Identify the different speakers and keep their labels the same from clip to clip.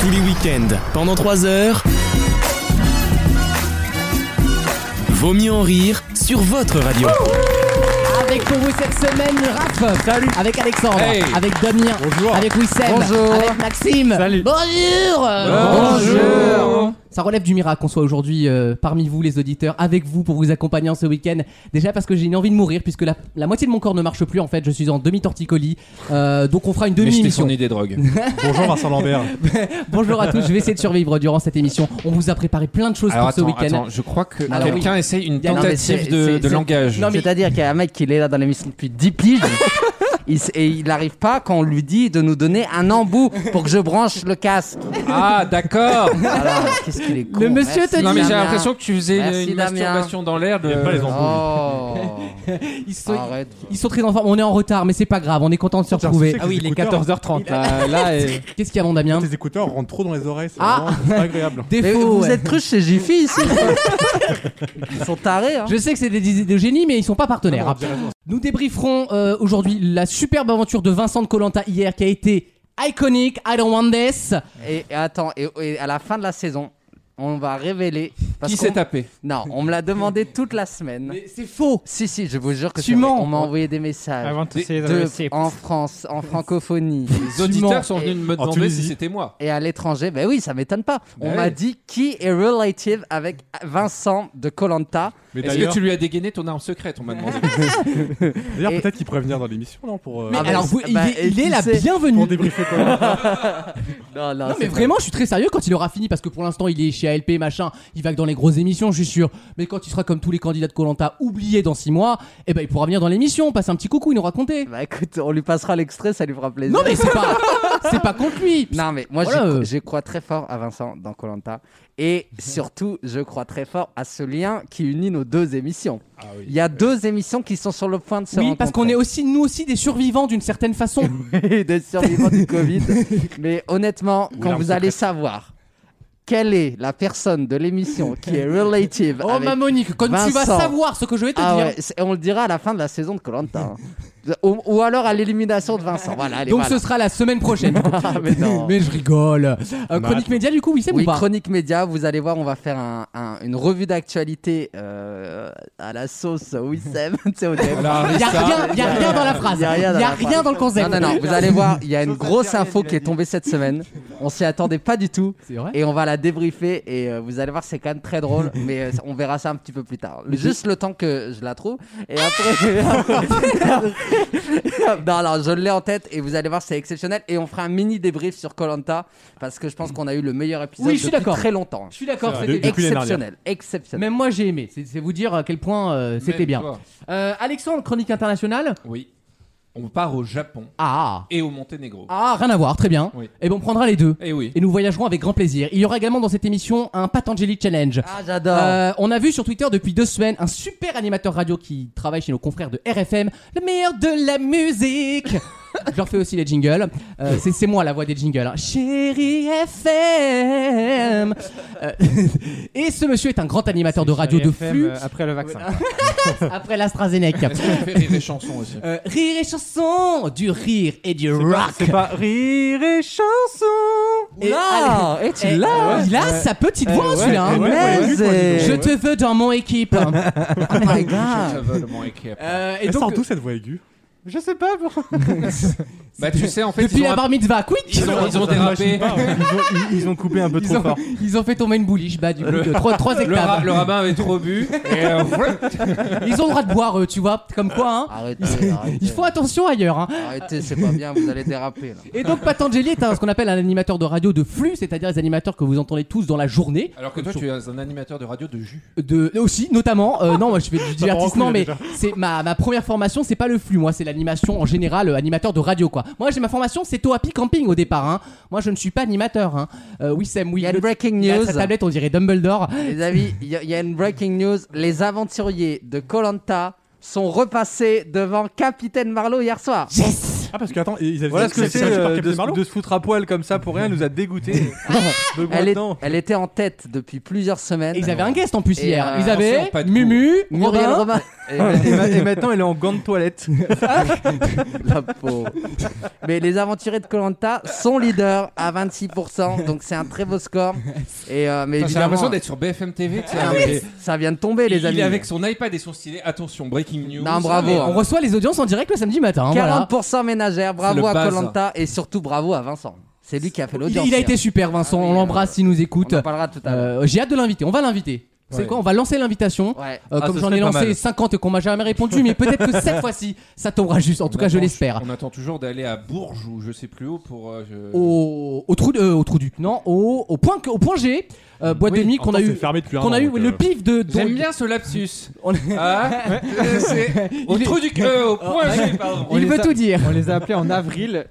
Speaker 1: Tous les week-ends, pendant 3 heures. Vaut mieux en rire sur votre radio.
Speaker 2: Avec pour vous cette semaine Raph.
Speaker 3: Salut.
Speaker 2: Avec Alexandre.
Speaker 3: Hey.
Speaker 2: Avec Damien.
Speaker 3: Bonjour.
Speaker 2: Avec Wissem.
Speaker 3: Bonjour.
Speaker 2: Avec Maxime.
Speaker 3: Salut.
Speaker 2: Bonjour.
Speaker 3: Bonjour.
Speaker 2: Ça relève du miracle qu'on soit aujourd'hui euh, parmi vous, les auditeurs, avec vous pour vous accompagner en ce week-end. Déjà parce que j'ai une envie de mourir, puisque la, la moitié de mon corps ne marche plus en fait. Je suis en demi-torticolis. Euh, donc on fera une
Speaker 4: Mais j'étais
Speaker 2: demi-émission.
Speaker 4: son idée drogue.
Speaker 3: Bonjour Vincent Lambert.
Speaker 2: Bonjour à tous, je vais essayer de survivre durant cette émission. On vous a préparé plein de choses
Speaker 4: Alors
Speaker 2: pour ce
Speaker 4: attends,
Speaker 2: week-end.
Speaker 4: attends, je crois que
Speaker 2: Alors,
Speaker 4: quelqu'un essaye une
Speaker 2: Il y a- non,
Speaker 5: mais c'est-
Speaker 4: tentative de,
Speaker 5: c'est-
Speaker 4: de
Speaker 5: c'est-
Speaker 4: langage.
Speaker 2: Non, mais-
Speaker 5: C'est-à-dire qu'il y a un mec qui est là dans l'émission depuis 10 piges. Il, s- et il n'arrive pas quand on lui dit de nous donner un embout pour que je branche le casque.
Speaker 4: Ah d'accord.
Speaker 5: Alors, qu'est-ce qu'il est con. hein.
Speaker 2: Le monsieur te
Speaker 5: Merci,
Speaker 4: non mais j'ai
Speaker 5: Damien.
Speaker 4: l'impression que tu faisais
Speaker 5: Merci,
Speaker 4: une
Speaker 5: Damien.
Speaker 4: masturbation dans l'air. De...
Speaker 3: Il y a pas les enfants.
Speaker 5: Oh.
Speaker 2: Ils sont,
Speaker 5: Arrête.
Speaker 2: ils sont très en forme. On est en retard, mais c'est pas grave, on est content de se retrouver.
Speaker 3: Ah oui, il est 14h30.
Speaker 4: Là, là, euh,
Speaker 2: Qu'est-ce qu'il y a, mon Damien
Speaker 3: Tes écouteurs rentrent trop dans les oreilles, c'est
Speaker 2: Ah.
Speaker 3: vraiment- c'est pas agréable.
Speaker 5: Mais
Speaker 2: Défaut.
Speaker 5: vous
Speaker 2: ouais.
Speaker 5: êtes cruche chez Jiffy ici. Ils sont tarés. Hein.
Speaker 2: Je sais que c'est des idées de génie, mais ils sont pas partenaires.
Speaker 5: Ah
Speaker 3: Non, on dirait-
Speaker 2: Nous débrieferons euh, aujourd'hui la superbe aventure de Vincent de Colanta hier qui a été iconique, I don't want this.
Speaker 5: Et, et attends, et, et à la fin de la saison, on va révéler. parce
Speaker 4: qui
Speaker 5: qu'on-
Speaker 4: s'est tapé
Speaker 5: Non, on me l'a demandé toute la semaine.
Speaker 2: Mais c'est faux.
Speaker 5: Si, si, je vous jure que
Speaker 2: Tu
Speaker 5: c'est vrai.
Speaker 2: mens.
Speaker 5: On m'a envoyé des messages.
Speaker 6: I want to
Speaker 4: Des-
Speaker 6: see the
Speaker 5: de-
Speaker 6: receipt.
Speaker 5: en France, en francophonie
Speaker 4: Les auditeurs sont venus
Speaker 5: Et-
Speaker 4: me
Speaker 3: En
Speaker 4: demander si
Speaker 3: Tunisie.
Speaker 4: c'était moi.
Speaker 5: et à l'étranger. Ben oui, ça m'étonne pas. On
Speaker 4: Ben
Speaker 5: m'a
Speaker 4: oui.
Speaker 5: dit qui est relative avec Vincent de Colanta.
Speaker 3: Mais
Speaker 4: Est-ce que
Speaker 3: d'ailleurs,
Speaker 4: tu lui as dégainé ton arme secrète On m'a demandé.
Speaker 3: d'ailleurs,
Speaker 5: et-
Speaker 3: peut-être qu'il pourrait venir dans l'émission, non pour, euh,
Speaker 2: Mais
Speaker 5: Ah,
Speaker 2: alors,
Speaker 5: mais-
Speaker 2: vous- il
Speaker 5: bah,
Speaker 2: est, il
Speaker 5: qui
Speaker 2: est la
Speaker 5: sait
Speaker 2: bienvenue.
Speaker 3: pour débriefer quoi.
Speaker 5: Non,
Speaker 2: Non, mais vraiment, je suis très sérieux quand il aura fini parce que pour l'instant, il est chez ALP, machin. Il va que dans les grosses émissions, je suis sûr. Mais quand il sera comme tous les candidats de Colanta oublié dans 6 mois, eh ben, il pourra venir dans l'émission, passer un petit coucou, il nous raconter.
Speaker 5: Bah écoute, on lui passera l'extrait, ça lui fera plaisir.
Speaker 2: Non, mais c'est pas, c'est pas contre lui.
Speaker 5: Non, mais moi,
Speaker 2: Voilà, Mhm.
Speaker 5: je,
Speaker 2: euh.
Speaker 5: je crois très fort à Vincent dans Colanta. Et surtout, je crois très fort à ce lien qui unit nos deux émissions. Il y a deux émissions qui sont sur le point de se
Speaker 2: Ah Oui, parce qu'on est
Speaker 5: rencontrer.
Speaker 2: aussi, nous aussi, des survivants d'une certaine façon.
Speaker 5: des survivants du Covid. Mais honnêtement, quand
Speaker 3: l'arme
Speaker 5: vous allez savoir quelle est la personne de l'émission qui est relative
Speaker 2: Oh,
Speaker 5: avec...
Speaker 2: ma Monique, quand tu vas
Speaker 5: Vincent.
Speaker 2: savoir ce que je vais te
Speaker 5: Ah
Speaker 2: dire.
Speaker 5: ouais, c'est- on le dira à la fin de la saison de Colanta. hein. ou, ou alors à l'élimination de Vincent. Voilà, allez,
Speaker 2: Donc
Speaker 5: voilà.
Speaker 2: ce sera la semaine prochaine. du coup.
Speaker 5: mais non.
Speaker 2: Mais je rigole. Euh, chronique média du coup, oui, c'est
Speaker 5: Oui,
Speaker 2: ou pas
Speaker 5: Chronique Média, vous allez voir, on va faire un- un- une revue d'actualité euh, à la sauce Wissem. tu sais, on dirait-
Speaker 4: Voilà,
Speaker 2: Il y a
Speaker 4: Arista.
Speaker 2: rien, y a rien dans la phrase. Il
Speaker 5: Y a rien dans
Speaker 2: y a
Speaker 5: la phrase.
Speaker 2: rien dans le
Speaker 5: Non,
Speaker 2: concept.
Speaker 5: non, non, vous allez voir, il y a une grosse info qui est tombée cette semaine. On s'y attendait pas du tout.
Speaker 2: C'est vrai.
Speaker 5: Et on va la débriefer et euh, vous allez voir, c'est quand même très drôle, mais euh, on verra ça un petit peu plus tard. Juste le temps que je la trouve. Et après. non, non, je l'ai en tête et vous allez voir, c'est exceptionnel. Et on fera un mini débrief sur Colanta parce que je pense qu'on a eu le meilleur épisode
Speaker 2: Oui, je suis
Speaker 5: depuis
Speaker 2: d'accord.
Speaker 5: très longtemps.
Speaker 2: Je suis d'accord.
Speaker 3: C'est vrai,
Speaker 2: c'était-
Speaker 3: de- Depuis l'année dernière.
Speaker 5: Exceptionnel, exceptionnel.
Speaker 2: Même moi j'ai aimé. C'est c'est vous dire à quel point euh, c'était
Speaker 4: Même
Speaker 2: bien.
Speaker 4: toi.
Speaker 2: Euh, Alexandre, chronique internationale.
Speaker 4: Oui. On part au Japon
Speaker 2: Ah,
Speaker 4: et au Monténégro.
Speaker 2: ah, rien à voir. Très bien.
Speaker 4: Oui.
Speaker 2: Et bon, on prendra les deux.
Speaker 4: Eh oui.
Speaker 2: Et nous voyagerons avec grand plaisir. Il y aura également dans cette émission un Patangeli Challenge.
Speaker 5: Ah, j'adore.
Speaker 2: Euh, on a vu sur Twitter depuis deux semaines un super animateur radio qui travaille chez nos confrères de RFM, le meilleur de la musique. Je leur fais aussi les jingles. Euh, c'est, c'est moi la voix des jingles. hein. Chérie FM. Euh, et ce monsieur est un grand animateur de radio
Speaker 6: Chérie
Speaker 2: de
Speaker 6: FM,
Speaker 2: flux
Speaker 6: euh, après le vaccin.
Speaker 2: après l'AstraZeneca.
Speaker 4: Est-ce qu'on fait rire les chansons aussi
Speaker 2: Euh, rire et chanson, du rire et du rock.
Speaker 3: C'est pas rire et chanson.
Speaker 2: Et
Speaker 5: Oula, et Eh, tu
Speaker 2: Et-
Speaker 5: l'as
Speaker 2: Il a sa petite voix
Speaker 3: ouais,
Speaker 2: celui-là. hein.
Speaker 3: ouais, ouais, ouais,
Speaker 5: Punaise.
Speaker 3: ouais,
Speaker 2: Je
Speaker 3: ouais.
Speaker 2: te veux dans mon équipe.
Speaker 5: Oh my god.
Speaker 2: Euh, et
Speaker 3: Elle sort
Speaker 2: donc,
Speaker 3: d'où cette voix aiguë
Speaker 6: Je sais pas pourquoi.
Speaker 4: Bah tu sais en fait
Speaker 2: depuis
Speaker 4: ils ont
Speaker 2: la bar mitzvah, quick
Speaker 4: Ils ont- ils ont dérapé.
Speaker 3: Ils ont coupé un peu
Speaker 2: Ils ont, ils ont fait tomber une bouliche, bah du coup, de 3,
Speaker 4: le,
Speaker 2: hectares.
Speaker 4: ra- le rabbin avait trop bu. Et euh, voilà.
Speaker 2: Ils ont le droit de boire, eux, tu vois, comme quoi, hein.
Speaker 5: Arrêtez, arrêtez.
Speaker 2: Ils font attention ailleurs, hein.
Speaker 5: Arrêtez, c'est pas bien, vous allez déraper là.
Speaker 2: Et donc, Patangeli est un- ce qu'on appelle un animateur de radio de flux, c'est-à-dire des animateurs que vous entendez tous dans la journée.
Speaker 4: Alors que toi tu es un animateur de radio de jus.
Speaker 2: De, aussi, notamment, euh, non, moi je fais du
Speaker 3: part en
Speaker 2: divertissement,
Speaker 3: couille, là,
Speaker 2: mais
Speaker 3: déjà.
Speaker 2: c'est ma, ma première formation, c'est pas le flux, moi, c'est l'animation en général, euh, animateur de radio, quoi. Moi, j'ai ma formation, c'est au Happy Camping au départ, hein. Moi, je ne suis pas animateur, hein. Euh, oui, Sam, oui.
Speaker 5: Il y a une
Speaker 2: le-
Speaker 5: breaking
Speaker 2: il y a
Speaker 5: news. Ah,
Speaker 2: sa tablette, on dirait Dumbledore.
Speaker 5: Les amis, il y, a- il y a une breaking news. Les aventuriers de Colanta sont repassés devant Capitaine Marlowe hier soir.
Speaker 2: Yes!
Speaker 3: Ah, parce que attends, ils avaient
Speaker 6: Voilà
Speaker 3: fait
Speaker 6: ce que
Speaker 3: ça
Speaker 6: c'est
Speaker 3: par
Speaker 6: euh,
Speaker 3: Captain
Speaker 6: de,
Speaker 3: Marlowe
Speaker 6: de se foutre à poil comme ça pour rien, elle nous a dégoûté. Donc
Speaker 5: Elle, est-
Speaker 6: maintenant,
Speaker 5: elle était en tête depuis plusieurs semaines.
Speaker 2: Et ils avaient un guest en plus
Speaker 5: Et,
Speaker 2: hier.
Speaker 5: euh,
Speaker 2: ils avaient
Speaker 4: attention, pas de
Speaker 2: Mumu,
Speaker 5: Muriel
Speaker 2: Robin.
Speaker 5: Robin.
Speaker 6: et, ma- et maintenant elle est en gant de toilette.
Speaker 5: La pauvre. Mais les aventuriers de Colanta sont leaders à 26%, donc c'est un très beau score. Et euh, mais
Speaker 4: J'ai
Speaker 5: évidemment,
Speaker 4: l'impression d'être sur BFM TV. tu sais,
Speaker 5: Ah,
Speaker 4: avec-
Speaker 5: mais ça vient de tomber, les
Speaker 4: il
Speaker 5: amis.
Speaker 4: est avec son iPad et son stylet. Attention, breaking news.
Speaker 5: Non, bravo,
Speaker 2: On
Speaker 5: hein.
Speaker 2: reçoit les audiences en direct le samedi matin. hein, voilà.
Speaker 5: 40% ménagère, bravo
Speaker 4: le
Speaker 5: à
Speaker 4: base.
Speaker 5: Colanta et surtout bravo à Vincent. C'est lui qui a fait
Speaker 2: Il,
Speaker 5: l'audience.
Speaker 2: il a été
Speaker 5: hier.
Speaker 2: super, Vincent.
Speaker 5: Ah oui,
Speaker 2: on l'embrasse s'il nous
Speaker 5: On
Speaker 2: écoute.
Speaker 5: en parlera tout à l'heure.
Speaker 2: Euh, J'ai hâte de l'inviter. On va l'inviter. C'est
Speaker 6: Ouais.
Speaker 2: quoi On va lancer l'invitation.
Speaker 5: Ouais.
Speaker 2: Euh,
Speaker 6: Ah,
Speaker 2: comme
Speaker 6: ce
Speaker 2: j'en
Speaker 6: serait
Speaker 2: ai
Speaker 6: pas
Speaker 2: lancé
Speaker 6: mal.
Speaker 2: 50 et qu'on m'a jamais répondu, mais peut-être que cette fois-ci, ça tombera juste. En tout
Speaker 4: On
Speaker 2: cas, je
Speaker 4: attend-
Speaker 2: l'espère.
Speaker 4: On attend toujours d'aller à Bourges ou je sais plus où pour. euh, je-
Speaker 2: Au, au trou, de- euh, au trou du, non, au, au point, au point G, euh, boîte de nuit qu'on a
Speaker 3: Attends,
Speaker 2: eu,
Speaker 3: c'est fermé depuis un
Speaker 2: qu'on
Speaker 3: an,
Speaker 2: a eu
Speaker 3: donc,
Speaker 2: le
Speaker 3: euh,
Speaker 2: pif de.
Speaker 4: J'aime
Speaker 2: dont-
Speaker 4: bien ce lapsus.
Speaker 2: on-
Speaker 4: Ah, euh, c'est- au
Speaker 2: Il est-
Speaker 4: trou du euh, au point G, pardon.
Speaker 2: il
Speaker 7: les
Speaker 2: veut
Speaker 7: a-
Speaker 2: tout dire.
Speaker 7: On les a appelés en avril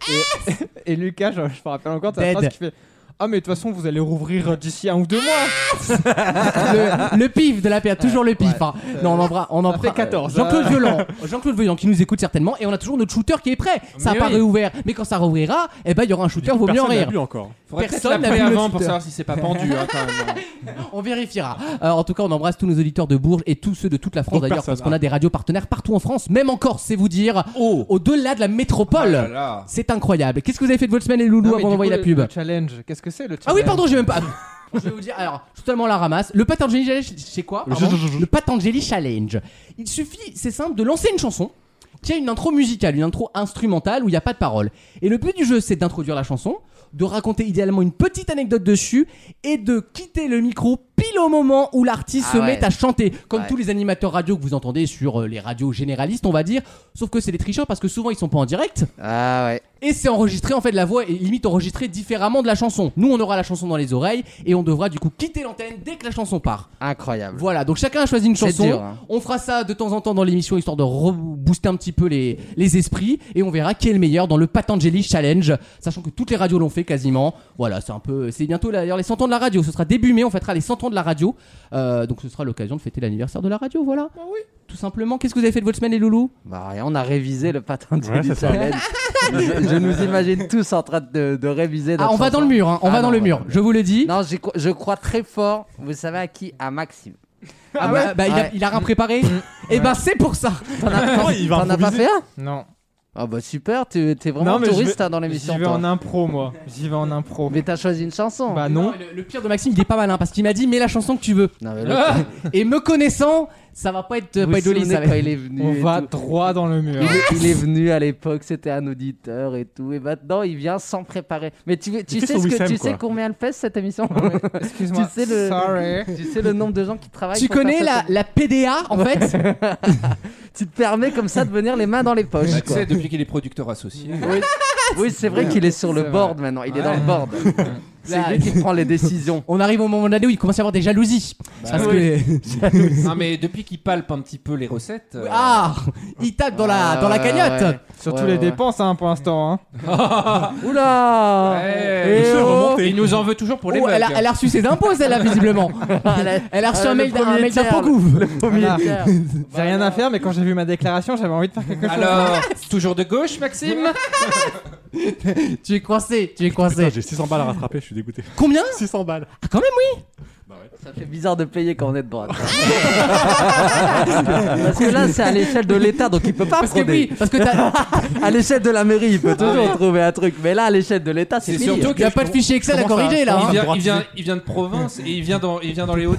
Speaker 7: et, et Lucas, je, je me rappelle encore de la
Speaker 2: Dead.
Speaker 7: phrase qui fait Ah, mais de toute façon, vous allez rouvrir euh, d'ici un ou deux mois.
Speaker 2: le, le pif de la PA, toujours le pif.
Speaker 7: Ouais.
Speaker 2: hein. Non, on en prend. On en
Speaker 7: Ça
Speaker 2: prend-
Speaker 7: fait 14,
Speaker 2: Jean-Claude
Speaker 7: hein.
Speaker 2: Violent, Jean-Claude Violent qui nous écoute certainement, et on a toujours notre shooter qui est prêt. Ça n'a
Speaker 4: Mais
Speaker 2: pas
Speaker 4: oui.
Speaker 2: réouvert, mais quand ça rouvrira, eh ben il y aura un shooter, vaut mieux en
Speaker 3: personne l'a
Speaker 2: rire.
Speaker 3: bu encore.
Speaker 4: Faudrait peut-être
Speaker 2: Personne n'a
Speaker 4: l'appeler
Speaker 2: vu le
Speaker 4: avant pour
Speaker 2: Twitter.
Speaker 4: savoir si c'est pas pendu. hein, quand même.
Speaker 2: On vérifiera. Euh, en tout cas, on embrasse tous nos auditeurs de Bourges et tous ceux de toute la France
Speaker 3: Donc
Speaker 2: d'ailleurs,
Speaker 3: personne.
Speaker 2: parce qu'on a des radios partenaires partout en France, même en Corse, c'est vous dire, au-delà de la
Speaker 4: hein. Oh
Speaker 2: métropole.
Speaker 4: là là.
Speaker 2: C'est incroyable. Qu'est-ce que vous avez fait de votre semaine, les loulous,
Speaker 7: Non, mais
Speaker 2: avant
Speaker 7: du
Speaker 2: d'envoyer la
Speaker 7: coup, le-
Speaker 2: pub
Speaker 7: Le challenge, qu'est-ce que c'est le
Speaker 2: Ah
Speaker 7: challenge
Speaker 2: oui, pardon, j'ai même pas. Je vais vous dire, alors, je suis totalement à la ramasse. Le Patangeli Challenge, c'est quoi pardon Le Patangeli Challenge. Il suffit, c'est simple, de lancer une chanson qui a une intro musicale, une intro instrumentale où il n'y a pas de parole. Et le but du jeu, c'est d'introduire la chanson, de raconter idéalement une petite anecdote dessus et de quitter le micro pile au moment où l'artiste
Speaker 5: Ah
Speaker 2: se
Speaker 5: ouais.
Speaker 2: met à chanter. Comme
Speaker 5: Ouais.
Speaker 2: tous les animateurs radio que vous entendez sur euh, les radios généralistes, on va dire. Sauf que c'est des tricheurs parce que souvent ils sont pas en direct.
Speaker 5: Ah ouais.
Speaker 2: Et c'est enregistré, en fait, la voix est limite enregistrée différemment de la chanson. Nous, on aura la chanson dans les oreilles et on devra du coup quitter l'antenne dès que la chanson part.
Speaker 5: Incroyable.
Speaker 2: Voilà, donc chacun a choisi une
Speaker 5: C'est
Speaker 2: chanson.
Speaker 5: dur, hein.
Speaker 2: On fera ça de temps en temps dans l'émission histoire de rebooster un petit peu les, les esprits et on verra qui est le meilleur dans le Patangeli Challenge, sachant que toutes les radios l'ont fait quasiment. Voilà, c'est un peu. C'est bientôt d'ailleurs les 100 ans de la radio. Ce sera début mai, on fêtera les 100 ans de la radio. Euh, donc ce sera l'occasion de fêter l'anniversaire de la radio, voilà. Tout simplement. Qu'est-ce que vous avez fait de votre semaine, les loulous
Speaker 5: Bah, rien, on a révisé le patin de
Speaker 3: Ouais,
Speaker 5: Julie
Speaker 3: c'est ça.
Speaker 5: Challenge. je, je nous imagine tous en train de, de réviser.
Speaker 2: Ah,
Speaker 5: notre
Speaker 2: on va dans
Speaker 5: chanson.
Speaker 2: le mur, hein, on
Speaker 5: Ah
Speaker 2: va
Speaker 5: non,
Speaker 2: dans le
Speaker 5: ouais,
Speaker 2: mur,
Speaker 5: ouais.
Speaker 2: je vous le dis.
Speaker 5: Non, j'y crois- je crois très fort. Vous savez à qui À Maxime.
Speaker 2: Ah bah, bah, il, a,
Speaker 5: Ouais. Mm.
Speaker 2: il a rien préparé Et ben c'est pour ça
Speaker 5: T'en as, t'en-
Speaker 3: Ouais, il va
Speaker 5: t'en as pas
Speaker 3: improviser.
Speaker 5: fait un
Speaker 7: Non.
Speaker 5: Ah bah super, tu- t'es vraiment
Speaker 7: Non, mais je
Speaker 5: touriste
Speaker 7: vais-
Speaker 5: hein, dans
Speaker 7: J'y
Speaker 5: l'émission.
Speaker 7: vais
Speaker 5: toi.
Speaker 7: en impro, moi. J'y vais en impro.
Speaker 5: Mais t'as choisi une chanson.
Speaker 7: Bah non.
Speaker 2: Le, le pire de Maxime, il est pas malin parce qu'il m'a dit mets la chanson que tu veux.
Speaker 5: Non, mais l'autre,
Speaker 2: Et me connaissant, ça va pas être
Speaker 5: Ah. vous
Speaker 2: pas
Speaker 5: vous
Speaker 2: être joli,
Speaker 5: souvenez
Speaker 2: ça va
Speaker 5: quand
Speaker 2: être-
Speaker 5: il est venu.
Speaker 7: On
Speaker 5: et
Speaker 7: va
Speaker 5: tout.
Speaker 7: droit dans le mur.
Speaker 5: Il est, il est venu à l'époque, c'était un auditeur et tout, et maintenant il vient sans préparer. Mais tu, tu
Speaker 3: fait
Speaker 5: sais
Speaker 3: son
Speaker 5: ce que,
Speaker 3: Wissem,
Speaker 5: tu
Speaker 3: quoi.
Speaker 5: sais combien elle pèse cette émission
Speaker 7: Excuse-moi.
Speaker 5: Tu sais le-
Speaker 7: Sorry.
Speaker 5: Tu sais le nombre de gens qui travaillent.
Speaker 2: Tu
Speaker 5: pour
Speaker 2: connais
Speaker 5: faire
Speaker 2: la,
Speaker 5: ça
Speaker 2: la PDA en fait
Speaker 5: Tu te permets comme ça de venir les mains dans les poches.
Speaker 4: Bah, tu
Speaker 5: quoi.
Speaker 4: sais, depuis qu'il est producteur associé.
Speaker 5: Oui, oui, c'est vrai qu'il est sur le
Speaker 7: C'est
Speaker 5: board maintenant, il est dans le board.
Speaker 2: Là,
Speaker 5: C'est lui qui prend les décisions.
Speaker 2: On arrive au moment de l'année où il commence à y avoir des jalousies. Parce que-
Speaker 4: bah, Non, mais depuis qu'il palpe un petit peu les recettes. euh,
Speaker 2: Ah Il tape dans la, dans la
Speaker 5: Ouais,
Speaker 2: cagnotte
Speaker 5: ouais.
Speaker 7: Surtout
Speaker 5: Ouais,
Speaker 7: les
Speaker 5: ouais.
Speaker 7: dépenses, hein, pour l'instant. Hein.
Speaker 5: Oula
Speaker 4: ouais,
Speaker 5: Eh
Speaker 4: il,
Speaker 5: oh
Speaker 4: il nous en veut toujours pour les
Speaker 2: Oh, elle, a,
Speaker 4: bugs.
Speaker 2: elle a reçu ses impôts, celle-là, visiblement.
Speaker 5: Elle a-
Speaker 2: Elle a reçu
Speaker 5: Ah,
Speaker 2: un
Speaker 5: le
Speaker 2: mail d'un un
Speaker 5: premier
Speaker 2: mail d'un
Speaker 5: tiers,
Speaker 2: Pangouf.
Speaker 7: Voilà. J'ai
Speaker 5: Pierre.
Speaker 7: rien à faire, mais quand j'ai vu ma déclaration, j'avais envie de faire quelque chose.
Speaker 4: Alors, toujours de gauche, Maxime
Speaker 2: Tu es coincé, tu es
Speaker 3: Putain,
Speaker 2: coincé.
Speaker 3: j'ai 600 balles à rattraper, je suis dégoûté.
Speaker 2: Combien
Speaker 3: 600 balles.
Speaker 2: Ah, Quand même, oui
Speaker 5: Ça fait bizarre de payer quand on est de droite. Parce que là, c'est à l'échelle de l'État, donc il peut pas
Speaker 2: Parce que
Speaker 5: frauder.
Speaker 2: oui, parce que t'as.
Speaker 5: À l'échelle de la mairie, il peut toujours trouver un truc, mais là, à l'échelle de l'État, c'est
Speaker 4: C'est
Speaker 5: fini.
Speaker 4: surtout
Speaker 2: Il n'y a
Speaker 4: que
Speaker 2: pas de fichier Excel à
Speaker 3: commence à-
Speaker 2: corriger là.
Speaker 3: Ah,
Speaker 4: Il
Speaker 2: hein.
Speaker 4: vient, il,
Speaker 3: droitisé.
Speaker 4: vient, il vient de province et il vient dans, il vient dans les Hauts-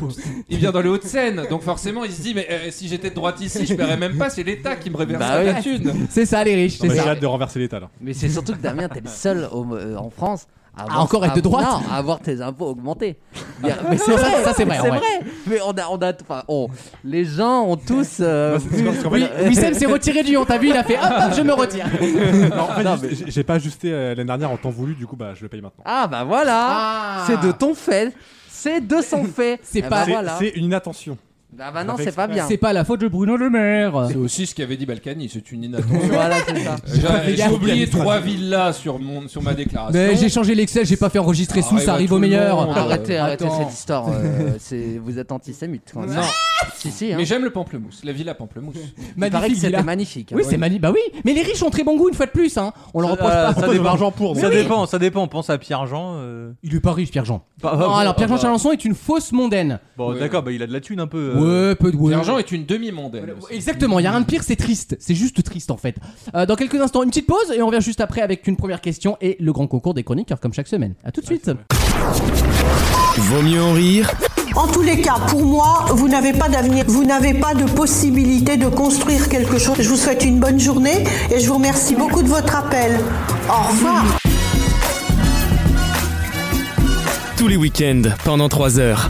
Speaker 4: il vient dans les Hauts-de-Seine. Donc forcément, il se dit mais euh, si j'étais de droite ici, je paierais même pas. C'est l'État qui me
Speaker 5: Bah
Speaker 4: réverserait
Speaker 5: oui.
Speaker 4: la thune.
Speaker 2: C'est ça, les riches,
Speaker 3: Non,
Speaker 2: c'est
Speaker 3: mais J'ai
Speaker 2: ça.
Speaker 3: hâte de renverser l'état là.
Speaker 5: Mais c'est surtout que Damien, t'es le seul au- euh, en France à avoir,
Speaker 2: Ah, encore être
Speaker 5: à-
Speaker 2: de droite
Speaker 5: Non, à avoir tes impôts augmentés. Mais,
Speaker 2: c'est vrai, ça, c'est vrai,
Speaker 5: C'est
Speaker 2: ouais.
Speaker 5: vrai. Mais on a, on a, enfin, on- les gens ont tous. euh,
Speaker 3: Non, c'est- c'est parce qu'en
Speaker 2: Oui,
Speaker 3: fait-
Speaker 2: Wissem s'est retiré du on t'as vu, il a fait hop, hop, je me retire.
Speaker 3: non, en fait, juste- j'ai- j'ai pas ajusté euh, l'année dernière en temps voulu, du coup, bah je le paye maintenant.
Speaker 5: Ah bah voilà,
Speaker 2: Ah.
Speaker 5: c'est de ton fait, c'est de son fait.
Speaker 2: C'est
Speaker 5: Eh
Speaker 2: pas-
Speaker 5: bah,
Speaker 3: C'est
Speaker 5: voilà.
Speaker 3: c'est une inattention.
Speaker 5: Ah bah non,
Speaker 3: On fait
Speaker 5: c'est pas
Speaker 3: exprès.
Speaker 5: bien.
Speaker 2: C'est pas la faute de Bruno Le Maire.
Speaker 4: C'est aussi ce qu'avait dit Balkany, c'est une inattention.
Speaker 5: Voilà, c'est ça.
Speaker 4: J'ai-
Speaker 2: pas fait
Speaker 4: J'ai
Speaker 2: gaffe,
Speaker 4: oublié
Speaker 3: Balkany.
Speaker 4: trois villas sur, mon, sur ma déclaration.
Speaker 2: Mais j'ai changé l'Excel, j'ai pas fait enregistrer sous,
Speaker 4: Arrive
Speaker 2: ça
Speaker 4: à
Speaker 2: arrive
Speaker 4: tout
Speaker 2: au
Speaker 4: le
Speaker 2: meilleur.
Speaker 4: monde.
Speaker 5: Arrêtez,
Speaker 2: Euh,
Speaker 5: arrêtez
Speaker 2: attends.
Speaker 5: cette histoire. euh, c'est- vous êtes antisémite. quand même.
Speaker 4: Non,
Speaker 5: Si, si. Hein.
Speaker 4: mais j'aime le pamplemousse, la villa pamplemousse.
Speaker 5: Il paraît que
Speaker 2: Magnifique
Speaker 5: c'était
Speaker 2: villa.
Speaker 5: magnifique. hein.
Speaker 2: Oui, c'est magnifique. Bah oui, mais les riches ont très bon goût une fois de plus. Hein. On leur reproche pas.
Speaker 6: ça
Speaker 3: Donne de
Speaker 6: dépend.
Speaker 3: l'argent pour.
Speaker 6: Ça
Speaker 3: nous.
Speaker 6: dépend, ça dépend. On pense à Pierre Jean. euh,
Speaker 2: Il est pas riche, Pierre-Jean.
Speaker 6: pas-
Speaker 2: Non,
Speaker 6: bon,
Speaker 2: alors Pierre-Jean
Speaker 6: bah,
Speaker 2: Chalençon est une fausse mondaine.
Speaker 6: Bon,
Speaker 4: Ouais.
Speaker 6: d'accord, bah, il a de la thune un peu. euh,
Speaker 2: Ouais, peu de ouais.
Speaker 4: L'argent est une demi-mondaine. aussi.
Speaker 2: Exactement, il y a rien de pire, c'est triste. C'est juste triste en fait. Euh, dans quelques instants, une petite pause et on revient juste après avec une première question et le grand concours des chroniqueurs comme chaque semaine. À
Speaker 6: Ah,
Speaker 2: tout de suite.
Speaker 1: Vaut mieux en rire
Speaker 8: En tous les cas, pour moi, vous n'avez pas d'avenir, vous n'avez pas de possibilité de construire quelque chose. Je vous souhaite une bonne journée et je vous remercie beaucoup de votre appel. Au revoir.
Speaker 1: tous les week-ends pendant 3 heures.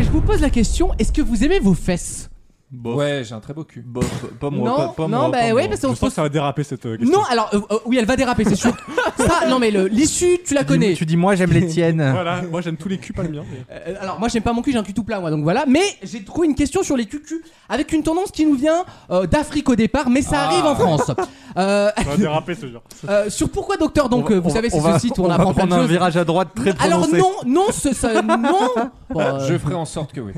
Speaker 2: Et je vous pose la question est-ce que vous aimez vos fesses
Speaker 6: bof,
Speaker 4: Ouais, j'ai un très beau cul.
Speaker 6: bof, bah, pas moi.
Speaker 2: Non,
Speaker 6: pas, pas
Speaker 2: non,
Speaker 6: moi,
Speaker 2: bah
Speaker 6: pas
Speaker 2: ouais,
Speaker 6: moi.
Speaker 2: parce
Speaker 3: Je
Speaker 2: qu'on
Speaker 3: sens
Speaker 2: se
Speaker 3: que ça va déraper cette euh, question.
Speaker 2: Non, alors euh, euh, oui, elle va déraper, c'est sûr. Ça, non, mais le- l'issue, tu la
Speaker 6: Tu dis-
Speaker 2: connais.
Speaker 6: Tu dis, moi, j'aime les tiennes.
Speaker 3: Voilà, moi j'aime tous les culs, pas le mien. mais-
Speaker 2: Euh, alors moi j'aime pas mon cul, j'ai un cul tout plat moi donc voilà. Mais j'ai trouvé une question sur les cucus avec une tendance qui nous vient euh, d'Afrique au départ, mais ça
Speaker 4: Ah.
Speaker 2: arrive en France. Euh,
Speaker 3: Ça va déraper ce genre.
Speaker 2: euh, sur pourquoi docteur donc euh, vous savez c'est
Speaker 6: on
Speaker 2: ce
Speaker 6: va-
Speaker 2: site où
Speaker 6: on
Speaker 2: on
Speaker 6: va
Speaker 2: apprend plein
Speaker 6: prendre un
Speaker 2: de choses.
Speaker 6: virage à droite très prononcé.
Speaker 2: Alors non, non, ce, ça- non. Bon, euh,
Speaker 4: Je ferai en sorte que oui.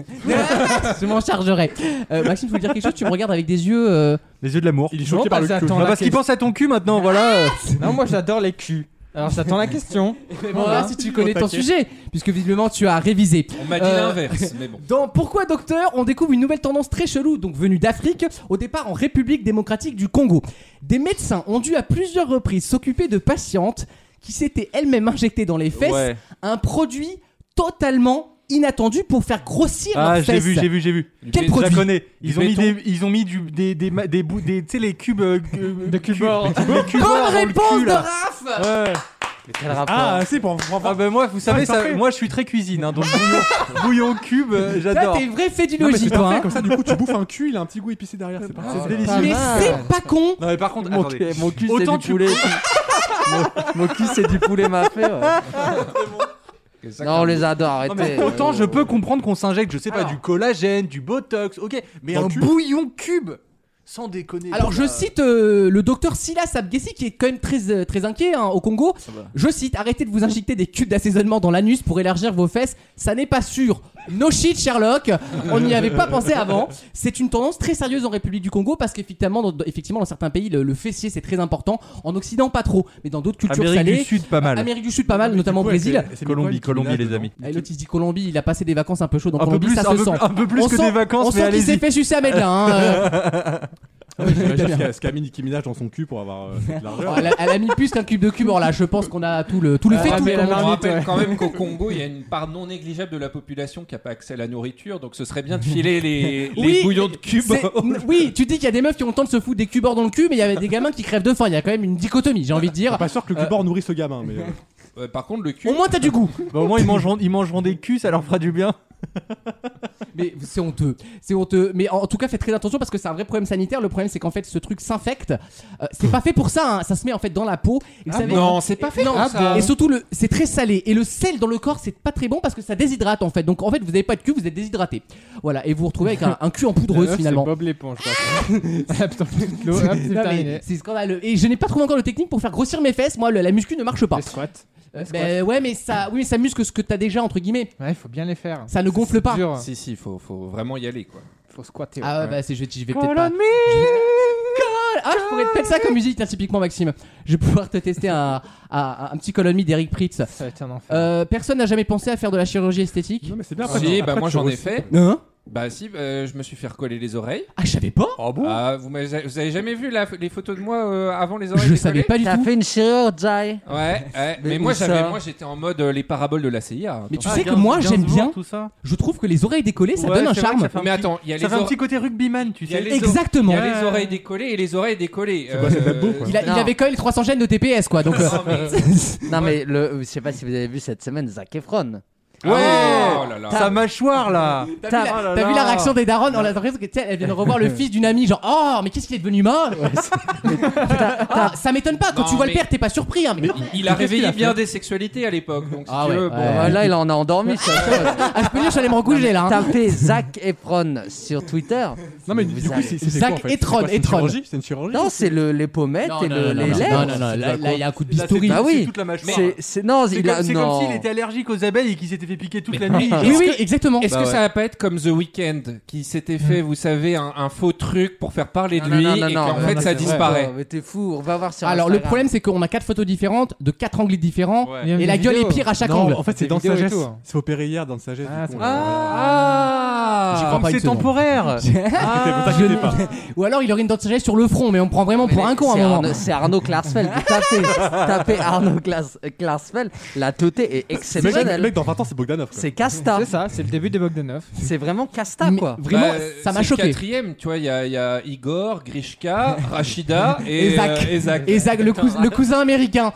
Speaker 2: je m'en chargerai. Euh, Maxime, faut dire quelque chose. Tu me regardes avec des yeux. euh,
Speaker 6: Les yeux de l'amour.
Speaker 3: Il est
Speaker 7: Non,
Speaker 3: choqué par le
Speaker 7: parce-
Speaker 3: cul.
Speaker 7: attends,
Speaker 6: Bah,
Speaker 7: la
Speaker 6: parce qu'il
Speaker 7: question-
Speaker 6: pense à ton cul
Speaker 2: Ah,
Speaker 6: maintenant, voilà. euh.
Speaker 7: Non, moi j'adore les culs. Alors j'attends la question.
Speaker 2: mais bon,
Speaker 6: hein
Speaker 2: voilà, si tu connais
Speaker 3: Au
Speaker 2: ton
Speaker 3: taquet.
Speaker 2: sujet, puisque visiblement tu as révisé.
Speaker 4: On m'a dit
Speaker 2: Euh,
Speaker 4: l'inverse, mais bon.
Speaker 2: Dans Pourquoi Docteur, on découvre une nouvelle tendance très chelou, donc venue d'Afrique, au départ en République démocratique du Congo. Des médecins ont dû à plusieurs reprises s'occuper de patientes qui s'étaient elles-mêmes injectées dans les fesses
Speaker 6: Ouais.
Speaker 2: un produit totalement inattendu pour faire grossir
Speaker 6: Ah,
Speaker 2: leurs
Speaker 6: j'ai
Speaker 2: fesses.
Speaker 6: vu, j'ai vu, j'ai vu.
Speaker 4: Du
Speaker 2: quel
Speaker 4: baiser-
Speaker 6: Je la
Speaker 2: Produit.
Speaker 6: connais. Ils ont mis
Speaker 4: béton.
Speaker 6: des, ils ont mis du, des, des, ma- des bouts, des, tu sais les cubes. de cubes.
Speaker 2: Bonne réponse de
Speaker 6: là.
Speaker 2: Raph
Speaker 6: Ouais.
Speaker 5: Quel rapport
Speaker 3: Ah, c'est pour
Speaker 6: Ah
Speaker 3: voir.
Speaker 6: bah moi, vous savez,
Speaker 3: c'est
Speaker 6: ça-
Speaker 3: parfait.
Speaker 6: moi je suis très cuisine, hein, donc bouillon, bouillon cube, euh,
Speaker 2: Toi,
Speaker 6: j'adore.
Speaker 2: t'es vrai fait du
Speaker 3: Non, mais
Speaker 2: logis,
Speaker 3: c'est
Speaker 2: toi.
Speaker 3: parfait,
Speaker 2: hein.
Speaker 3: comme ça, du coup, tu bouffes un cul, il a un petit goût épicé derrière, c'est parfait.
Speaker 6: C'est
Speaker 7: Pas
Speaker 2: Mais
Speaker 6: délicieux.
Speaker 7: mal.
Speaker 2: c'est pas con.
Speaker 6: Non mais par contre,
Speaker 7: Mon
Speaker 6: attendez.
Speaker 7: cul, mon cul, c'est
Speaker 6: Autant
Speaker 7: du
Speaker 6: tu-
Speaker 7: poulet.
Speaker 5: Mon cul, c'est du poulet mafé. Ouais. Non, on les adore,
Speaker 6: Non,
Speaker 5: arrêtez.
Speaker 6: mais autant je peux comprendre qu'on s'injecte, je sais pas,
Speaker 2: Alors.
Speaker 6: du collagène, du botox, ok, mais
Speaker 3: Dans le
Speaker 6: un
Speaker 3: cul.
Speaker 6: bouillon cube, sans déconner. Bah,
Speaker 2: Alors je cite euh, le docteur Silas Abgessi qui est quand même très, euh, très inquiet hein, au Congo. Je cite Arrêtez de vous injecter des cubes d'assaisonnement dans l'anus pour élargir vos fesses, ça n'est pas sûr. No shit Sherlock, on n'y avait pas pensé avant. C'est une tendance très sérieuse en République du Congo parce qu'effectivement dans, dans- effectivement, dans certains pays le, le fessier c'est très important. En Occident pas trop, mais dans d'autres cultures
Speaker 6: Amérique
Speaker 2: salées.
Speaker 6: du Sud, pas mal.
Speaker 2: Amérique du Sud pas mal, Ah, notamment au Brésil.
Speaker 6: Colombie, Colombie les amis.
Speaker 2: Et l'autre il se dit Colombie, il a passé des vacances un peu chaudes en
Speaker 6: Un peu
Speaker 2: Colombie,
Speaker 6: plus,
Speaker 2: ça
Speaker 6: un
Speaker 2: se
Speaker 6: peu
Speaker 2: sent.
Speaker 6: plus- un peu plus
Speaker 2: On
Speaker 6: que
Speaker 2: sent-
Speaker 6: des
Speaker 2: on
Speaker 6: vacances, mais
Speaker 2: sent qu'il s'est
Speaker 6: allez-y.
Speaker 2: fait sucer à Medellin. hein, euh.
Speaker 3: J'imagine qu'elle- ce qu'a mis Nicki Minaj dans son cul pour avoir euh, fait de
Speaker 2: Oh,
Speaker 3: l'argent.
Speaker 2: elle, a, elle a mis plus qu'un cube de cube. Or là, je pense qu'on a tout le tout le
Speaker 7: Ah,
Speaker 2: fait tout.
Speaker 7: mais
Speaker 2: comme
Speaker 7: la
Speaker 2: on dit.
Speaker 4: On
Speaker 7: marmite,
Speaker 4: rappelle
Speaker 7: ouais.
Speaker 4: quand même qu'au Congo, il y a une part non négligeable de la population qui n'a pas accès à la nourriture, donc ce serait bien de filer les, les
Speaker 2: Oui,
Speaker 4: bouillons de cubes.
Speaker 2: C'est- oui, tu dis qu'il y a des meufs qui ont le temps de se foutre des cubes hors dans le cul, mais il y avait des gamins qui crèvent de faim. Il y a quand même une dichotomie, j'ai envie de dire.
Speaker 3: Pas sûr que le cubord nourrisse le gamin, mais. euh,
Speaker 4: Ouais, par contre, le cul.
Speaker 2: Au moins t'as du goût.
Speaker 6: Bah, au moins ils mangeront, ils mangeront des culs, ça leur fera du bien.
Speaker 2: Mais c'est honteux, c'est honteux. Mais en en tout cas, faites très attention parce que c'est un vrai problème sanitaire. Le problème, c'est qu'en fait, ce truc s'infecte. Euh, c'est pas fait pour ça. hein. Ça se met en fait dans la peau. Et vous savez-
Speaker 4: Ah non, c'est pas fait
Speaker 2: Non, Ah
Speaker 4: pour ça.
Speaker 2: Et surtout, le, c'est très salé. Et le sel dans le corps, c'est pas très bon parce que ça déshydrate en fait. Donc en fait, vous n'avez pas de cul, vous êtes déshydraté. Voilà. Et vous vous retrouvez avec un, un cul en
Speaker 7: La meuf,
Speaker 2: poudreuse
Speaker 7: c'est
Speaker 2: finalement.
Speaker 7: Bob l'éponge. quoi. Hop, t'en fous de l'eau, hop, c'est
Speaker 2: Non, mais
Speaker 7: terminé.
Speaker 2: c'est scandaleux. Et je n'ai pas trouvé encore de technique pour faire grossir mes fesses. Moi, le- la muscu ne marche pas.
Speaker 7: Les squats.
Speaker 2: Euh, ben, ouais, mais ça, oui, mais ça muscle ce que t'as déjà entre guillemets.
Speaker 7: Ouais, il faut bien les faire.
Speaker 2: Ça ne gonfle pas.
Speaker 7: Dur.
Speaker 4: ah, Si, si, faut, faut vraiment y aller, quoi.
Speaker 7: Faut squatter.
Speaker 2: Ah ouais,
Speaker 7: ouais.
Speaker 2: bah c'est je vais- je vais peut-être
Speaker 7: Call
Speaker 2: pas.
Speaker 7: on me.
Speaker 2: Ah, je pourrais te mettre ça comme musique, tiens, typiquement Maxime. Je vais pouvoir te tester un, un, un petit colonne d'Eric Pritz.
Speaker 7: Ça va être un enfer.
Speaker 2: Euh, personne n'a jamais pensé à faire de la chirurgie esthétique.
Speaker 3: Non, mais c'est bien après.
Speaker 4: Si,
Speaker 3: après,
Speaker 4: bah
Speaker 3: tu
Speaker 4: moi j'en ai
Speaker 3: re-
Speaker 4: fait.
Speaker 2: Hein
Speaker 4: Bah si, euh, je me suis fait recoller les oreilles.
Speaker 2: Ah, je savais pas.
Speaker 4: Ah, vous, m'avez- vous avez jamais vu la- les photos de moi euh, avant les oreilles
Speaker 2: Je
Speaker 4: décollées
Speaker 2: savais pas du
Speaker 5: T'as
Speaker 2: tout.
Speaker 5: fait une chirure, Jai
Speaker 4: Ouais, ouais. mais,
Speaker 5: Mais
Speaker 4: moi
Speaker 5: où ça
Speaker 4: j'avais, moi j'étais en mode euh, les paraboles de la CIA. hein.
Speaker 2: Mais tu
Speaker 6: Ah,
Speaker 2: sais que
Speaker 6: Gainsbourg,
Speaker 2: moi j'aime bien.
Speaker 6: tout ça.
Speaker 2: Je trouve que les oreilles décollées, ça
Speaker 6: Ouais,
Speaker 2: donne un
Speaker 6: c'est vrai que
Speaker 2: charme.
Speaker 6: ça fait un
Speaker 4: mais
Speaker 6: petit-
Speaker 4: attends, il y a les
Speaker 6: Ça fait un
Speaker 4: oreilles.
Speaker 6: petit côté rugbyman, tu
Speaker 4: Il y a
Speaker 6: sais.
Speaker 4: les oreilles- Il
Speaker 2: Exactement.
Speaker 4: y a les
Speaker 6: Ouais.
Speaker 4: oreilles décollées et les oreilles décollées. Euh,
Speaker 3: quoi, c'est de la boue, quoi
Speaker 2: Il, a- il
Speaker 5: Non.
Speaker 2: avait quand même les 300 gènes de TPS quoi. Donc. euh,
Speaker 4: Non, Oh, mais-
Speaker 5: Non, mais le, je sais pas si vous avez vu cette semaine Zac Efron.
Speaker 4: Ah
Speaker 5: Ouais.
Speaker 4: oh là là.
Speaker 6: Sa mâchoire là
Speaker 2: T'as vu, la- t'as vu la réaction des darons On a l'impression que, tu sais, elle vient de revoir le fils d'une amie, genre Oh, mais qu'est-ce qu'il est devenu mort Ah, Ça m'étonne pas, quand
Speaker 4: Non,
Speaker 2: tu vois le
Speaker 4: mais-
Speaker 2: père, t'es pas surpris. hein, mais-
Speaker 4: Il a réveillé bien des sexualités à l'époque, donc si
Speaker 2: Ah
Speaker 4: tu
Speaker 2: ouais,
Speaker 4: veux,
Speaker 2: ouais.
Speaker 4: bon,
Speaker 5: Ouais, là, il en a endormi. ça.
Speaker 2: Ah, je peux dire, je suis allé me recoucher là. hein.
Speaker 5: Tapez Zach Efron sur Twitter.
Speaker 3: Non, mais
Speaker 5: Vous
Speaker 3: du coup,
Speaker 5: avez-
Speaker 3: Ah, c'est c'est
Speaker 2: Zac
Speaker 3: quoi en fait
Speaker 2: Efron,
Speaker 3: C'est quoi, C'est une
Speaker 2: Efron.
Speaker 3: chirurgie C'est une chirurgie
Speaker 5: Non, c'est le, les pommettes
Speaker 2: Non,
Speaker 5: et
Speaker 2: non,
Speaker 5: le-
Speaker 2: non,
Speaker 5: les
Speaker 2: non,
Speaker 5: lèvres.
Speaker 2: non, non, non, là, là, il y a un coup de
Speaker 6: Là, c'est-
Speaker 2: bistouri.
Speaker 5: Bah oui.
Speaker 6: toute la mâchoire.
Speaker 5: C'est, c'est- non,
Speaker 6: C'est
Speaker 5: il a.
Speaker 6: comme, c'est comme
Speaker 5: non.
Speaker 6: s'il était allergique aux abeilles et qu'il s'était fait piquer toute la nuit.
Speaker 2: Oui, oui, exactement.
Speaker 4: Est-ce
Speaker 6: Bah
Speaker 4: que
Speaker 6: ouais.
Speaker 4: ça va pas être comme The Weeknd qui s'était fait, vous savez, un, un faux truc pour faire parler de
Speaker 5: Non,
Speaker 4: lui
Speaker 5: non, non,
Speaker 4: et
Speaker 5: non,
Speaker 4: qu'en
Speaker 5: non,
Speaker 4: fait
Speaker 5: non,
Speaker 4: ça
Speaker 5: c'est vrai.
Speaker 4: disparaît
Speaker 5: Oh, mais t'es fou, on va voir sur
Speaker 2: Alors, le
Speaker 5: Instagram.
Speaker 2: problème, c'est qu'on a quatre photos différentes, de quatre angles différents,
Speaker 4: Ouais.
Speaker 2: et la gueule est pire à chaque
Speaker 3: Non,
Speaker 2: angle.
Speaker 3: en fait, c'est
Speaker 7: Des
Speaker 3: dans
Speaker 7: vidéos et
Speaker 3: sagesse.
Speaker 7: tout, hein.
Speaker 3: C'est opéré hier dans sagesse.
Speaker 7: Ah,
Speaker 3: du coup,
Speaker 7: c'est-
Speaker 3: on l'a-
Speaker 2: J'y
Speaker 6: Ah
Speaker 2: crois pas une
Speaker 6: C'est
Speaker 2: seconde.
Speaker 6: temporaire
Speaker 3: Vous inquiétez pas.
Speaker 2: Ou alors, il aurait une dent de sagesse sur le front, mais on prend vraiment
Speaker 5: Mais
Speaker 2: pour un con à
Speaker 5: c'est
Speaker 2: un moment.
Speaker 5: Arnaud- C'est Arnaud Klarsfeld. tapez, tapez Arnaud Klas- Klarsfeld. La teuté est
Speaker 3: Le mec- le
Speaker 5: exceptionnelle.
Speaker 3: mec, dans 20 ans, c'est Bogdanov. quoi.
Speaker 5: C'est Casta.
Speaker 7: C'est ça, c'est le début des Bogdanov.
Speaker 5: C'est vraiment Casta,
Speaker 2: Mais
Speaker 5: quoi.
Speaker 2: Vraiment,
Speaker 4: Bah,
Speaker 2: ça m'a
Speaker 4: c'est le
Speaker 2: choqué.
Speaker 4: Quatrième, tu vois, il y, a- il y a Igor, Grishka, Rachida et,
Speaker 2: Et Zach.
Speaker 4: euh, et Zach.
Speaker 2: Et Zag, le, cous- le cousin américain.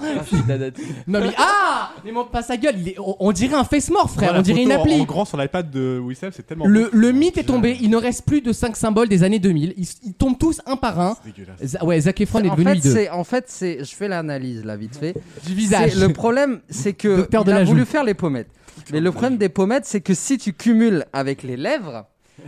Speaker 2: Non mais ah Mais montre pas sa gueule, il est- on, on dirait un face morph frère,
Speaker 3: Voilà,
Speaker 2: on dirait une
Speaker 3: photo en-
Speaker 2: appli.
Speaker 3: En grand sur l'iPad de Wissem, c'est tellement.
Speaker 2: Le,
Speaker 3: beau.
Speaker 2: le mythe est tombé, il ne reste plus de 5 symboles des années 2000, ils, ils tombent tous un par un.
Speaker 3: C'est dégueulasse.
Speaker 2: Z- ouais, Zac Efron est
Speaker 5: En
Speaker 2: devenu
Speaker 5: fait,
Speaker 2: hideux.
Speaker 5: c'est, en fait, c'est, je fais l'analyse là vite fait.
Speaker 2: Du visage.
Speaker 5: C'est- Le problème, c'est que
Speaker 2: Docteur de
Speaker 5: il
Speaker 2: la
Speaker 5: a
Speaker 2: joue.
Speaker 5: voulu faire les pommettes. Mais le problème des pommettes, c'est que si tu cumules avec les lèvres,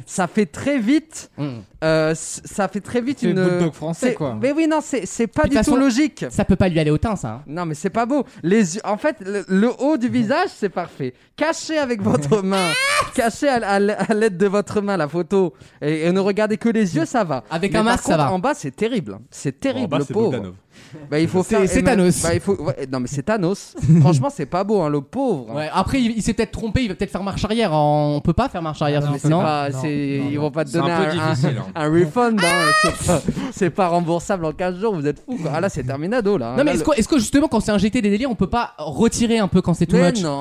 Speaker 5: ça fait très vite,
Speaker 2: Mm.
Speaker 5: euh, c- ça fait très vite
Speaker 7: euh, C'est
Speaker 5: une.
Speaker 7: bulldog français
Speaker 5: c'est-
Speaker 7: quoi.
Speaker 5: Mais oui, non, c'est, c'est pas
Speaker 2: Puis de
Speaker 5: du
Speaker 2: toute
Speaker 5: tout
Speaker 2: façon-
Speaker 5: logique.
Speaker 2: Ça peut pas lui aller au teint ça. hein.
Speaker 5: Non, mais c'est pas beau. Les yeux, en fait, le, le haut du visage, c'est parfait. Cachez avec votre main, cachez à, à l- à l'aide de votre main la photo et, et ne regardez que les yeux, ça va.
Speaker 2: Avec
Speaker 5: Mais
Speaker 2: un
Speaker 5: par
Speaker 2: masque, ça
Speaker 5: contre,
Speaker 2: va.
Speaker 5: En bas, c'est terrible. C'est
Speaker 3: En
Speaker 5: terrible,
Speaker 3: bas,
Speaker 5: le
Speaker 3: c'est
Speaker 5: pauvre.
Speaker 3: Bogdanov.
Speaker 5: Bah, il faut
Speaker 2: C'est-
Speaker 5: faire-
Speaker 2: c'est
Speaker 5: bah,
Speaker 2: Thanos.
Speaker 5: bah, il faut... ouais, non, mais c'est Thanos. Franchement, c'est pas beau, hein, le pauvre.
Speaker 2: Ouais, après il, il s'est peut-être trompé, il va peut-être faire marche arrière, en- on peut pas faire marche arrière
Speaker 7: Ah,
Speaker 2: sur
Speaker 7: non,
Speaker 2: les-
Speaker 5: C'est
Speaker 2: non
Speaker 5: pas-
Speaker 7: non,
Speaker 5: c'est-
Speaker 7: non,
Speaker 5: ils
Speaker 7: non.
Speaker 5: vont pas te
Speaker 4: C'est un
Speaker 5: donner
Speaker 4: peu
Speaker 5: un,
Speaker 4: difficile, hein.
Speaker 5: un refund. hein. C'est pas- c'est pas remboursable en 15 jours, vous êtes fous. quoi. Ah là, c'est terminado là.
Speaker 2: Non mais
Speaker 5: Là,
Speaker 2: est-ce
Speaker 5: Ah, le-
Speaker 2: que, est-ce que justement quand c'est injecté des délires, on peut pas retirer un peu quand c'est too
Speaker 5: Mais
Speaker 2: much
Speaker 5: non.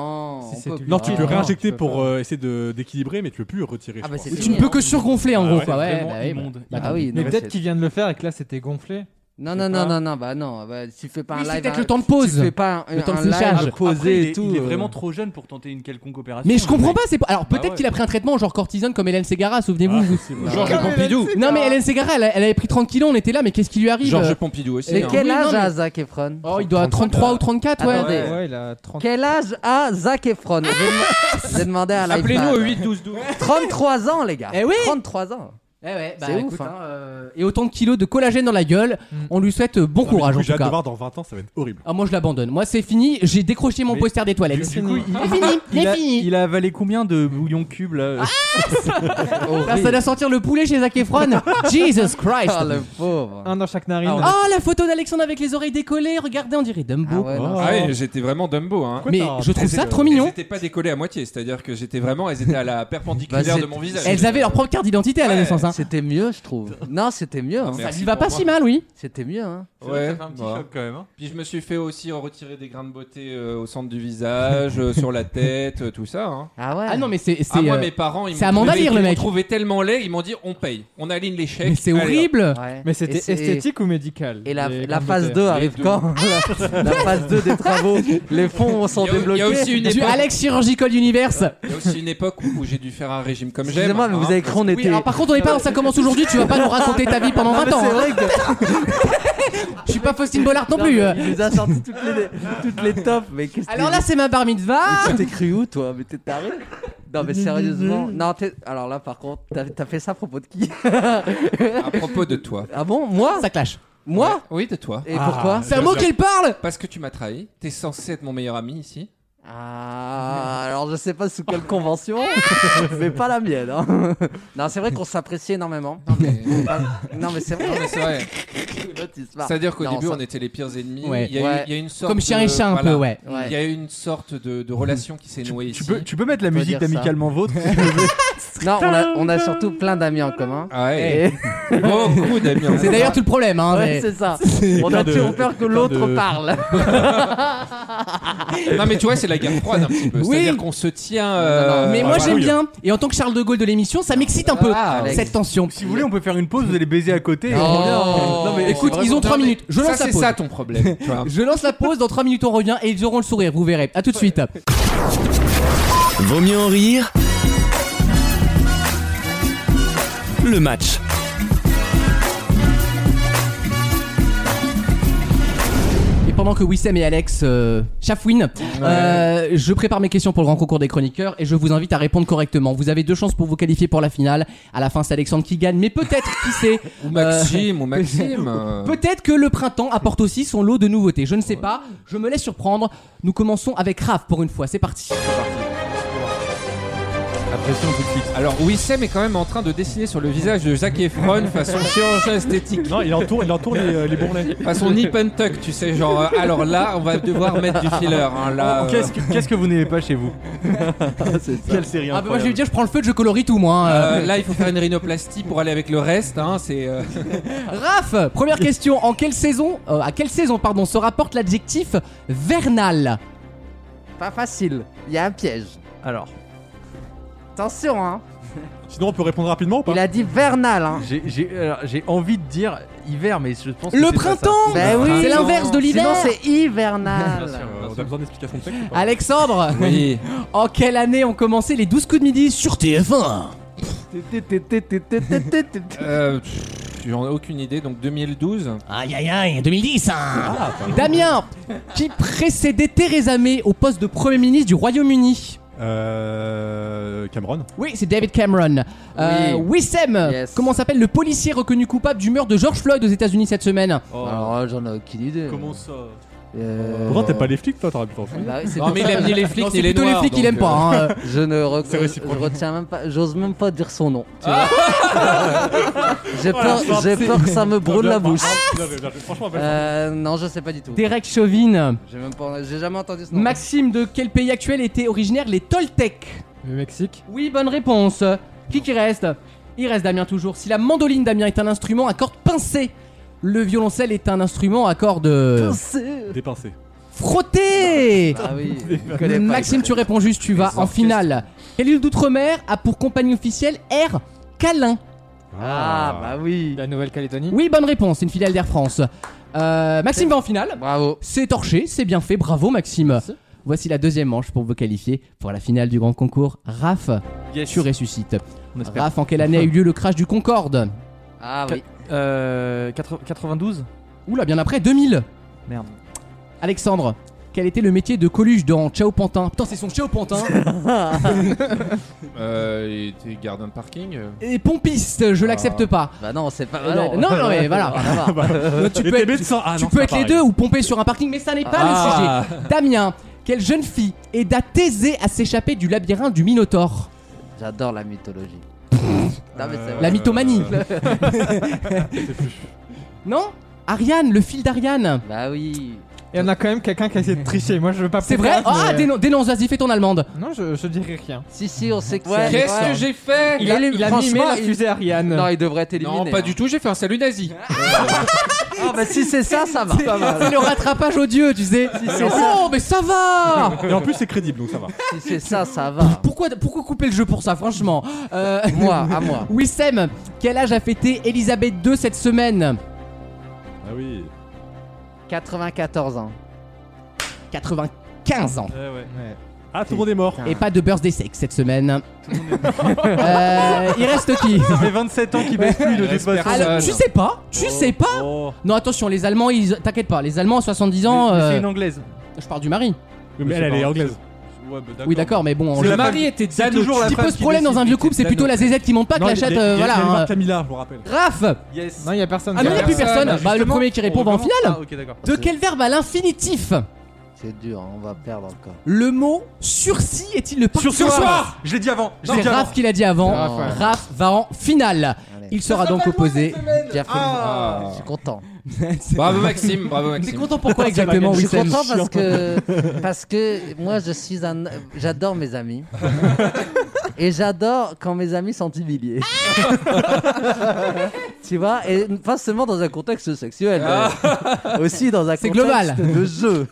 Speaker 5: on
Speaker 7: c'est
Speaker 5: peut
Speaker 7: du-
Speaker 5: pas.
Speaker 3: Non, tu peux
Speaker 7: Ah,
Speaker 3: réinjecter
Speaker 7: non,
Speaker 3: pour
Speaker 7: c'est
Speaker 3: euh, essayer de- d'équilibrer, mais tu peux plus retirer.
Speaker 5: Ah,
Speaker 3: je
Speaker 5: bah,
Speaker 3: crois.
Speaker 5: c'est-
Speaker 2: Tu ne peux que surgonfler en
Speaker 3: Ah
Speaker 2: gros
Speaker 3: ouais,
Speaker 2: quoi, ouais.
Speaker 6: vraiment
Speaker 2: bah ouais,
Speaker 6: immonde.
Speaker 2: bah,
Speaker 5: Ah oui, non,
Speaker 7: Mais
Speaker 5: mais
Speaker 7: peut-être
Speaker 5: c'est-
Speaker 7: qu'ils viennent le faire et que là c'était gonflé.
Speaker 5: Non,
Speaker 7: Je
Speaker 5: non,
Speaker 7: sais
Speaker 5: non,
Speaker 7: pas.
Speaker 5: non, non, bah non, bah, tu fais pas
Speaker 2: Oui,
Speaker 5: un
Speaker 2: c'est
Speaker 5: live.
Speaker 2: peut-être
Speaker 5: un-
Speaker 2: le temps de
Speaker 5: Tu
Speaker 2: pause.
Speaker 5: fais pas un,
Speaker 2: Le temps de
Speaker 5: un live
Speaker 2: séchage.
Speaker 5: à poser
Speaker 6: il,
Speaker 5: et
Speaker 6: est,
Speaker 5: tout.
Speaker 6: il est
Speaker 5: euh.
Speaker 6: vraiment trop jeune pour tenter une quelconque opération.
Speaker 2: Mais je comprends
Speaker 6: mec.
Speaker 2: pas, c'est pas.
Speaker 5: Bah
Speaker 2: Alors peut-être
Speaker 6: ouais.
Speaker 2: qu'il a pris un traitement genre cortisone comme Hélène Ségara, souvenez-vous.
Speaker 3: Ah,
Speaker 2: vous-
Speaker 3: possible.
Speaker 5: Non.
Speaker 4: Georges
Speaker 5: Comme
Speaker 4: Pompidou.
Speaker 2: Non mais Hélène Ségara, elle, elle avait pris 30 kilos, on était là, mais qu'est-ce qui lui arrive
Speaker 4: Georges Pompidou aussi.
Speaker 5: Mais
Speaker 4: hein.
Speaker 5: quel
Speaker 2: Oui,
Speaker 5: âge
Speaker 2: non,
Speaker 5: a Zac Efron
Speaker 2: Oh, il doit avoir 33 ou
Speaker 7: Ah
Speaker 2: 34, ouais.
Speaker 5: Attendez.
Speaker 7: Ouais, il a 30
Speaker 5: Quel âge a Zac Efron J'ai dem- J'ai demandé à la
Speaker 4: Appelez-nous au 8 12 12.
Speaker 5: 33 ans, les gars.
Speaker 2: Eh oui
Speaker 5: 33 ans.
Speaker 2: Eh ouais, bah
Speaker 5: C'est
Speaker 2: écoute,
Speaker 5: ouf, hein.
Speaker 2: hein, euh, et autant de kilos de collagène dans la gueule, on lui souhaite euh, bon
Speaker 3: Non, mais
Speaker 2: courage
Speaker 3: du coup,
Speaker 2: en
Speaker 3: J'ai
Speaker 2: tout
Speaker 3: hâte de
Speaker 2: cas.
Speaker 3: voir dans 20 ans, ça va être horrible.
Speaker 2: Ah, moi je l'abandonne. Moi c'est fini, j'ai décroché mon
Speaker 6: Mais-
Speaker 2: poster des toilettes.
Speaker 6: Du coup, il,
Speaker 2: C'est fini,
Speaker 6: il
Speaker 2: c'est
Speaker 6: a,
Speaker 2: fini.
Speaker 6: il a avalé combien de bouillon cube là
Speaker 2: Ah, ça doit sentir le poulet chez Zac Efron. Jesus Christ.
Speaker 5: Oh, le pauvre.
Speaker 7: un dans chaque narine.
Speaker 5: Ah
Speaker 2: Oh, la photo d'Alexandre avec les oreilles décollées, regardez, on dirait Dumbo.
Speaker 5: Ah ouais,
Speaker 7: Oh.
Speaker 5: non,
Speaker 4: Ah ouais, j'étais vraiment Dumbo. Hein.
Speaker 2: Mais je trouve ça trop mignon.
Speaker 4: Elles étaient pas décollées à moitié, c'est-à-dire que j'étais vraiment, elles étaient à la
Speaker 5: Bah,
Speaker 4: perpendiculaire
Speaker 5: c'est-
Speaker 4: de mon visage.
Speaker 2: Elles avaient leur propre carte d'identité à la
Speaker 4: Ouais.
Speaker 2: naissance. hein.
Speaker 5: C'était mieux, je trouve. Non, c'était mieux. hein.
Speaker 4: Ah,
Speaker 2: Ça
Speaker 4: Merci
Speaker 2: lui va
Speaker 4: pour
Speaker 2: pas
Speaker 4: moi.
Speaker 2: si mal, oui.
Speaker 5: C'était mieux. hein.
Speaker 4: Ouais.
Speaker 6: un petit
Speaker 4: voilà.
Speaker 6: choc quand même. hein.
Speaker 4: Puis je me suis fait aussi retirer des grains de beauté euh, au centre du visage, euh, sur la tête, euh, tout ça. hein.
Speaker 5: Ah ouais.
Speaker 2: Ah non, mais c'est.
Speaker 4: Ah,
Speaker 2: c'est,
Speaker 4: moi,
Speaker 2: euh,
Speaker 4: mes parents, ils
Speaker 2: c'est
Speaker 4: m'ont
Speaker 2: Amanda
Speaker 4: trouvé-
Speaker 2: Lear, le
Speaker 4: ils m'ont
Speaker 2: mec.
Speaker 4: trouvé tellement laid, ils m'ont dit on paye, on aligne les chèques.
Speaker 2: mais c'est
Speaker 4: Allez,
Speaker 2: horrible.
Speaker 5: Ouais.
Speaker 7: Mais
Speaker 5: Et
Speaker 7: c'était
Speaker 5: c'est-
Speaker 7: esthétique ou médical
Speaker 5: Et la,
Speaker 7: les
Speaker 5: la
Speaker 7: grandes
Speaker 5: phase
Speaker 7: beautés
Speaker 5: 2 arrive
Speaker 4: deux.
Speaker 5: quand la, la phase 2 des travaux, les fonds
Speaker 4: Il
Speaker 5: sont
Speaker 4: y a- il
Speaker 5: débloqués.
Speaker 4: y a aussi une
Speaker 2: Du
Speaker 4: époque-
Speaker 2: Alex Chirurgical Universe.
Speaker 4: Il y a aussi une époque où, où j'ai dû faire un régime comme j'aime.
Speaker 5: Excusez-moi, mais vous
Speaker 4: hein.
Speaker 5: avez cru qu'on
Speaker 2: Oui,
Speaker 5: était.
Speaker 2: alors par contre, on n'est pas dans ça commence aujourd'hui, tu vas pas nous raconter ta vie pendant
Speaker 5: Non,
Speaker 2: 20
Speaker 5: mais
Speaker 2: ans.
Speaker 5: c'est
Speaker 2: hein.
Speaker 5: vrai que
Speaker 2: Je suis pas Faustine Bollard non plus. euh.
Speaker 5: Il nous a sorti toutes les, toutes les tops, mais qu'est-ce que
Speaker 2: Alors là, c'est ma bar mitzvah.
Speaker 5: tu t'es cru où, toi Mais t'es taré Non, mais sérieusement. Non, t'es- alors là, par contre, t'as t'as fait ça à propos de qui
Speaker 4: À propos de toi.
Speaker 5: Ah bon Moi
Speaker 2: Ça clash.
Speaker 5: Moi
Speaker 4: Oui, de toi.
Speaker 5: Et
Speaker 3: Ah.
Speaker 5: pourquoi
Speaker 2: C'est un mot qu'il parle.
Speaker 4: Parce que tu m'as trahi. T'es censé être mon meilleur ami ici.
Speaker 5: Ah, alors je sais pas sous quelle convention, mais pas la mienne. hein. Non, c'est vrai qu'on s'apprécie énormément.
Speaker 4: Non, mais, non,
Speaker 5: Non, mais c'est vrai.
Speaker 4: mais c'est vrai.
Speaker 5: l'autre, il se marre.
Speaker 4: C'est-à-dire qu'au
Speaker 5: Non,
Speaker 4: début,
Speaker 5: ça-
Speaker 4: on était les pires ennemis.
Speaker 2: Bah, Ouais.
Speaker 4: Il, y a eu-
Speaker 5: Ouais.
Speaker 4: il y a une sorte
Speaker 2: Comme chien
Speaker 4: de-
Speaker 2: et chat un
Speaker 4: voilà.
Speaker 2: peu, ouais.
Speaker 5: Ouais.
Speaker 4: Il y a eu une sorte de, de relation qui s'est nouée
Speaker 6: Tu
Speaker 4: ici.
Speaker 6: peux, tu peux mettre la
Speaker 5: peut dire
Speaker 6: musique
Speaker 5: ça.
Speaker 6: d'amicalement vôtre
Speaker 5: Non, on a, on a surtout plein d'amis en commun.
Speaker 4: Ah
Speaker 3: Eh,
Speaker 2: Eh,
Speaker 4: ouais. Beaucoup d'amis. en
Speaker 2: C'est
Speaker 4: commun.
Speaker 2: d'ailleurs tout le problème. Hein,
Speaker 5: Ouais,
Speaker 2: mais-
Speaker 5: c'est ça. On a
Speaker 3: plein de-
Speaker 5: toujours peur que
Speaker 3: plein
Speaker 5: l'autre
Speaker 3: de-
Speaker 5: parle.
Speaker 4: Non mais tu vois, c'est la guerre froide un petit peu.
Speaker 2: Oui.
Speaker 4: C'est-à-dire qu'on se tient.
Speaker 5: Non, non, non.
Speaker 2: Mais
Speaker 4: euh,
Speaker 2: moi
Speaker 4: voilà.
Speaker 2: j'aime bien, et en tant que Charles de Gaulle de l'émission, ça m'excite un peu
Speaker 5: Ah, Alex.
Speaker 2: cette tension.
Speaker 6: Si vous voulez, on peut faire une pause, vous allez baiser à côté. et
Speaker 5: Non.
Speaker 6: on revient.
Speaker 5: Non,
Speaker 6: mais
Speaker 2: Oh. Écoute, ils ont 3 minutes, je
Speaker 4: Ça
Speaker 2: lance la
Speaker 4: c'est
Speaker 2: pause.
Speaker 4: ça ton problème. tu vois.
Speaker 2: Je lance la pause, dans 3 minutes on revient et ils auront le sourire, vous verrez. A tout de suite.
Speaker 1: Vaut mieux en rire. Le match.
Speaker 2: Et pendant que Wissem et Alex euh, chafouinent, euh, je prépare mes questions pour le grand concours des chroniqueurs et je vous invite à répondre correctement. Vous avez deux chances pour vous qualifier pour la finale. À la fin, c'est Alexandre qui gagne, mais peut-être, qui sait,
Speaker 4: Ou Maxime, ou Maxime. euh,
Speaker 2: peut-être que le printemps apporte aussi son lot de nouveautés. Je ne sais pas, je me laisse surprendre. Nous commençons avec Raph pour une fois, c'est parti.
Speaker 4: La pression tout de suite. Alors Wissem est quand même en train de dessiner sur le visage de Zac Efron façon chirurgien esthétique.
Speaker 3: Non, il entoure, il entoure les, euh, les bourrelets.
Speaker 4: Façon nip and tuck, tu sais, genre, euh, alors là, on va devoir mettre du filler. hein, là, euh,
Speaker 6: Qu'est-ce que, qu'est-ce que vous n'aimez pas chez vous Quelle série
Speaker 2: Ah bah moi je vais
Speaker 6: incroyable.
Speaker 2: lui dire, je prends le feu, je colorie tout moi. hein.
Speaker 4: euh, là, il faut faire une rhinoplastie pour aller avec le reste. Hein, c'est euh,
Speaker 2: Raph, première question. En quelle saison, euh, à quelle saison, pardon, se rapporte l'adjectif vernal
Speaker 5: Pas facile. Il y a un piège.
Speaker 6: Alors,
Speaker 5: Attention, hein.
Speaker 3: Sinon, on peut répondre rapidement ou pas
Speaker 5: Il a dit vernal, hein.
Speaker 6: j'ai- j'ai alors, j'ai envie de dire hiver, mais je pense que
Speaker 2: Le
Speaker 6: c'est pas ça.
Speaker 2: printemps
Speaker 5: Ben oui.
Speaker 2: C'est l'inverse de
Speaker 5: Sinon,
Speaker 2: l'hiver
Speaker 5: c'est hivernal.
Speaker 3: Euh, On a besoin d'explications de texte ou pas
Speaker 2: Alexandre
Speaker 4: oui.
Speaker 2: En quelle année ont commencé les 12 coups de midi sur TF1
Speaker 4: Euh, pff, J'en ai aucune idée. Donc 2012.
Speaker 2: Aïe aïe aïe, 2010 hein. Damien, qui précédait Theresa May au poste de Premier ministre du Royaume-Uni
Speaker 3: Euh. Cameron
Speaker 2: Oui, c'est David Cameron. Euh,
Speaker 5: Oui.
Speaker 2: Wissem,
Speaker 5: Yes.
Speaker 2: comment s'appelle le policier reconnu coupable d'humeur de George Floyd aux États-Unis cette semaine
Speaker 4: Oh,
Speaker 5: Alors, euh, j'en ai aucune idée.
Speaker 6: Comment ça
Speaker 5: Euh,
Speaker 3: Pourtant, t'es pas les flics, toi, t'aurais pu t'en foutre.
Speaker 5: Bah oui, c'est
Speaker 4: Non,
Speaker 5: pour
Speaker 4: mais il
Speaker 5: ça que
Speaker 4: aime ni les
Speaker 2: Non,
Speaker 4: flics
Speaker 2: C'est
Speaker 4: ni les
Speaker 2: plutôt
Speaker 4: noirs.
Speaker 2: les flics qu'il
Speaker 4: donc, euh.
Speaker 2: aime pas. hein.
Speaker 5: Je ne rec-
Speaker 3: C'est réciproque.
Speaker 5: je retiens même pas, j'ose même pas dire son nom. tu vois. j'ai peur, j'ai peur que ça me brûle la bouche.
Speaker 3: Non, mais, non, mais Franchement, belle-
Speaker 5: Euh, non, je sais pas du tout.
Speaker 2: Derek Chauvin.
Speaker 5: J'ai même pas, j'ai jamais entendu ce nom.
Speaker 2: Maxime, de quel pays actuel étaient originaires les Toltecs
Speaker 7: Le Mexique.
Speaker 2: Oui, bonne réponse. Qui qui reste Il reste Damien toujours. Si la mandoline, Damien, est un instrument à cordes pincées, le violoncelle est un instrument à cordes
Speaker 3: dépincé.
Speaker 2: Euh, frottées.
Speaker 5: Euh, Ah oui.
Speaker 2: Maxime, tu réponds juste, tu vas en finale. Quelle île d'outre-mer a pour compagnie officielle Air Calin
Speaker 5: Ah bah oui.
Speaker 7: La Nouvelle-Calédonie.
Speaker 2: Oui, bonne réponse, c'est une filiale d'Air France. Euh, Maxime va en finale.
Speaker 5: Bravo.
Speaker 2: C'est torché, c'est bien fait, bravo Maxime.
Speaker 5: Merci.
Speaker 2: Voici la deuxième manche pour vous qualifier pour la finale du grand concours. Raph,
Speaker 6: Yes.
Speaker 2: tu ressuscites.
Speaker 6: On espère.
Speaker 2: Raph, en quelle année a eu lieu le crash du Concorde
Speaker 5: Ah oui.
Speaker 6: Euh, 80 92
Speaker 2: Oula, bien après 2000.
Speaker 6: Merde.
Speaker 2: Alexandre, quel était le métier de Coluche dans Ciao Pantin Putain, c'est son Ciao Pantin
Speaker 4: Euh, il était gardien de parking. euh.
Speaker 2: Et pompiste, je l'accepte pas.
Speaker 5: Bah non, c'est pas.
Speaker 2: Euh, non, non, mais voilà. Donc, tu
Speaker 3: Et
Speaker 2: peux
Speaker 3: t'es
Speaker 2: être,
Speaker 3: médecin Ah
Speaker 2: tu
Speaker 3: non,
Speaker 2: peux
Speaker 3: c'est
Speaker 2: être
Speaker 3: pas
Speaker 2: les
Speaker 3: pareil.
Speaker 2: deux ou pomper sur un parking, mais ça n'est pas
Speaker 4: Ah.
Speaker 2: le sujet. Damien, quelle jeune fille aida Thésée à s'échapper du labyrinthe du Minotaure
Speaker 5: J'adore la mythologie. non mais c'est
Speaker 3: Euh,
Speaker 5: vrai.
Speaker 2: La mythomanie.
Speaker 3: Je sais plus.
Speaker 2: Non Ariane, le fil d'Ariane.
Speaker 5: Bah oui.
Speaker 7: Il y en a quand même quelqu'un qui a essayé de tricher. Moi, je veux pas.
Speaker 2: C'est vrai
Speaker 7: pourquoi,
Speaker 2: Ah,
Speaker 7: mais-
Speaker 2: dénon- dénonce, vas-y, fais ton allemande.
Speaker 7: Non, je, je dirais rien.
Speaker 5: Si si, on sait que c'est.
Speaker 4: Qu'est-ce
Speaker 5: Ouais.
Speaker 4: que j'ai fait hein.
Speaker 7: Il a, il a mimé
Speaker 5: franchement,
Speaker 7: la fusée Ariane.
Speaker 5: Non, il devrait être éliminé. hein.
Speaker 4: Non, pas du tout. J'ai fait un salut nazi.
Speaker 5: Ah bah si c'est ça, ça va. Pas mal.
Speaker 2: C'est le rattrapage odieux, tu sais. oh, mais ça va
Speaker 3: Et en plus, c'est crédible, donc ça va.
Speaker 5: Si c'est ça, ça va.
Speaker 2: pourquoi, pourquoi couper le jeu pour ça, franchement euh,
Speaker 5: Moi, à moi.
Speaker 2: Wissem, quel âge a fêté Elisabeth II cette semaine
Speaker 3: Ah oui.
Speaker 5: 94 ans.
Speaker 2: 95 ans.
Speaker 7: Ouais.
Speaker 3: Ah, tout le monde est mort.
Speaker 2: Et pas de birthday sexe cette semaine. Euh, il reste qui
Speaker 6: Ça fait 27 ans qu'il baisse plus de toute façon.
Speaker 2: Alors, tu sais pas Tu sais pas
Speaker 3: Oh.
Speaker 2: Non, attention, les Allemands, ils. T'inquiète pas, les Allemands à 70
Speaker 6: Mais-
Speaker 2: ans.
Speaker 6: mais
Speaker 2: euh,
Speaker 6: C'est une anglaise.
Speaker 2: Je parle du mari.
Speaker 3: Mais, elle, elle est anglaise.
Speaker 2: Oui, d'accord, mais bon. en
Speaker 6: C'est
Speaker 4: Le
Speaker 6: la
Speaker 4: mari
Speaker 6: femme-
Speaker 4: était
Speaker 6: c'est
Speaker 4: Danois.
Speaker 6: toujours la
Speaker 2: Ce qui
Speaker 6: femme
Speaker 2: pose
Speaker 6: qui
Speaker 2: problème dans
Speaker 6: décide
Speaker 2: un vieux
Speaker 6: qui
Speaker 2: couple, c'est
Speaker 6: la
Speaker 2: plutôt la ZZ qui monte pas que
Speaker 3: Non,
Speaker 2: la
Speaker 3: il y a-
Speaker 2: chatte.
Speaker 3: il y a-
Speaker 2: euh,
Speaker 3: il y a- il y a une
Speaker 2: Voilà.
Speaker 3: marque Camilla, je vous rappelle.
Speaker 2: Raph
Speaker 6: Yes.
Speaker 7: Non, il y a personne. euh,
Speaker 2: Ah
Speaker 7: qui
Speaker 2: non, il n'y a plus
Speaker 4: personne.
Speaker 2: personne. Bah, le
Speaker 6: Justement,
Speaker 2: premier qui répond
Speaker 6: on
Speaker 2: va en
Speaker 6: recommence.
Speaker 2: finale.
Speaker 6: Ah, ok, d'accord.
Speaker 2: De quel verbe à l'infinitif
Speaker 5: C'est dur, hein, on va perdre encore.
Speaker 2: le mot sursis est-il le parfait
Speaker 6: soir Je l'ai dit avant. Je l'ai
Speaker 2: C'est
Speaker 6: dit avant.
Speaker 2: Raph qui l'a dit avant.
Speaker 5: Raph, ouais.
Speaker 2: Raph va en finale.
Speaker 5: Allez.
Speaker 2: Il sera donc opposé.
Speaker 5: Bien fait. Je suis content.
Speaker 4: Bravo Maxime. Bravo
Speaker 2: T'es
Speaker 4: Ah, Maxime.
Speaker 2: content pourquoi exactement,
Speaker 5: Je suis
Speaker 2: Wissem
Speaker 5: content parce que parce que moi je suis un j'adore mes amis et j'adore quand mes amis sont humiliés. tu vois, et pas seulement dans un contexte sexuel, euh, aussi dans un
Speaker 2: C'est global.
Speaker 5: contexte de jeu.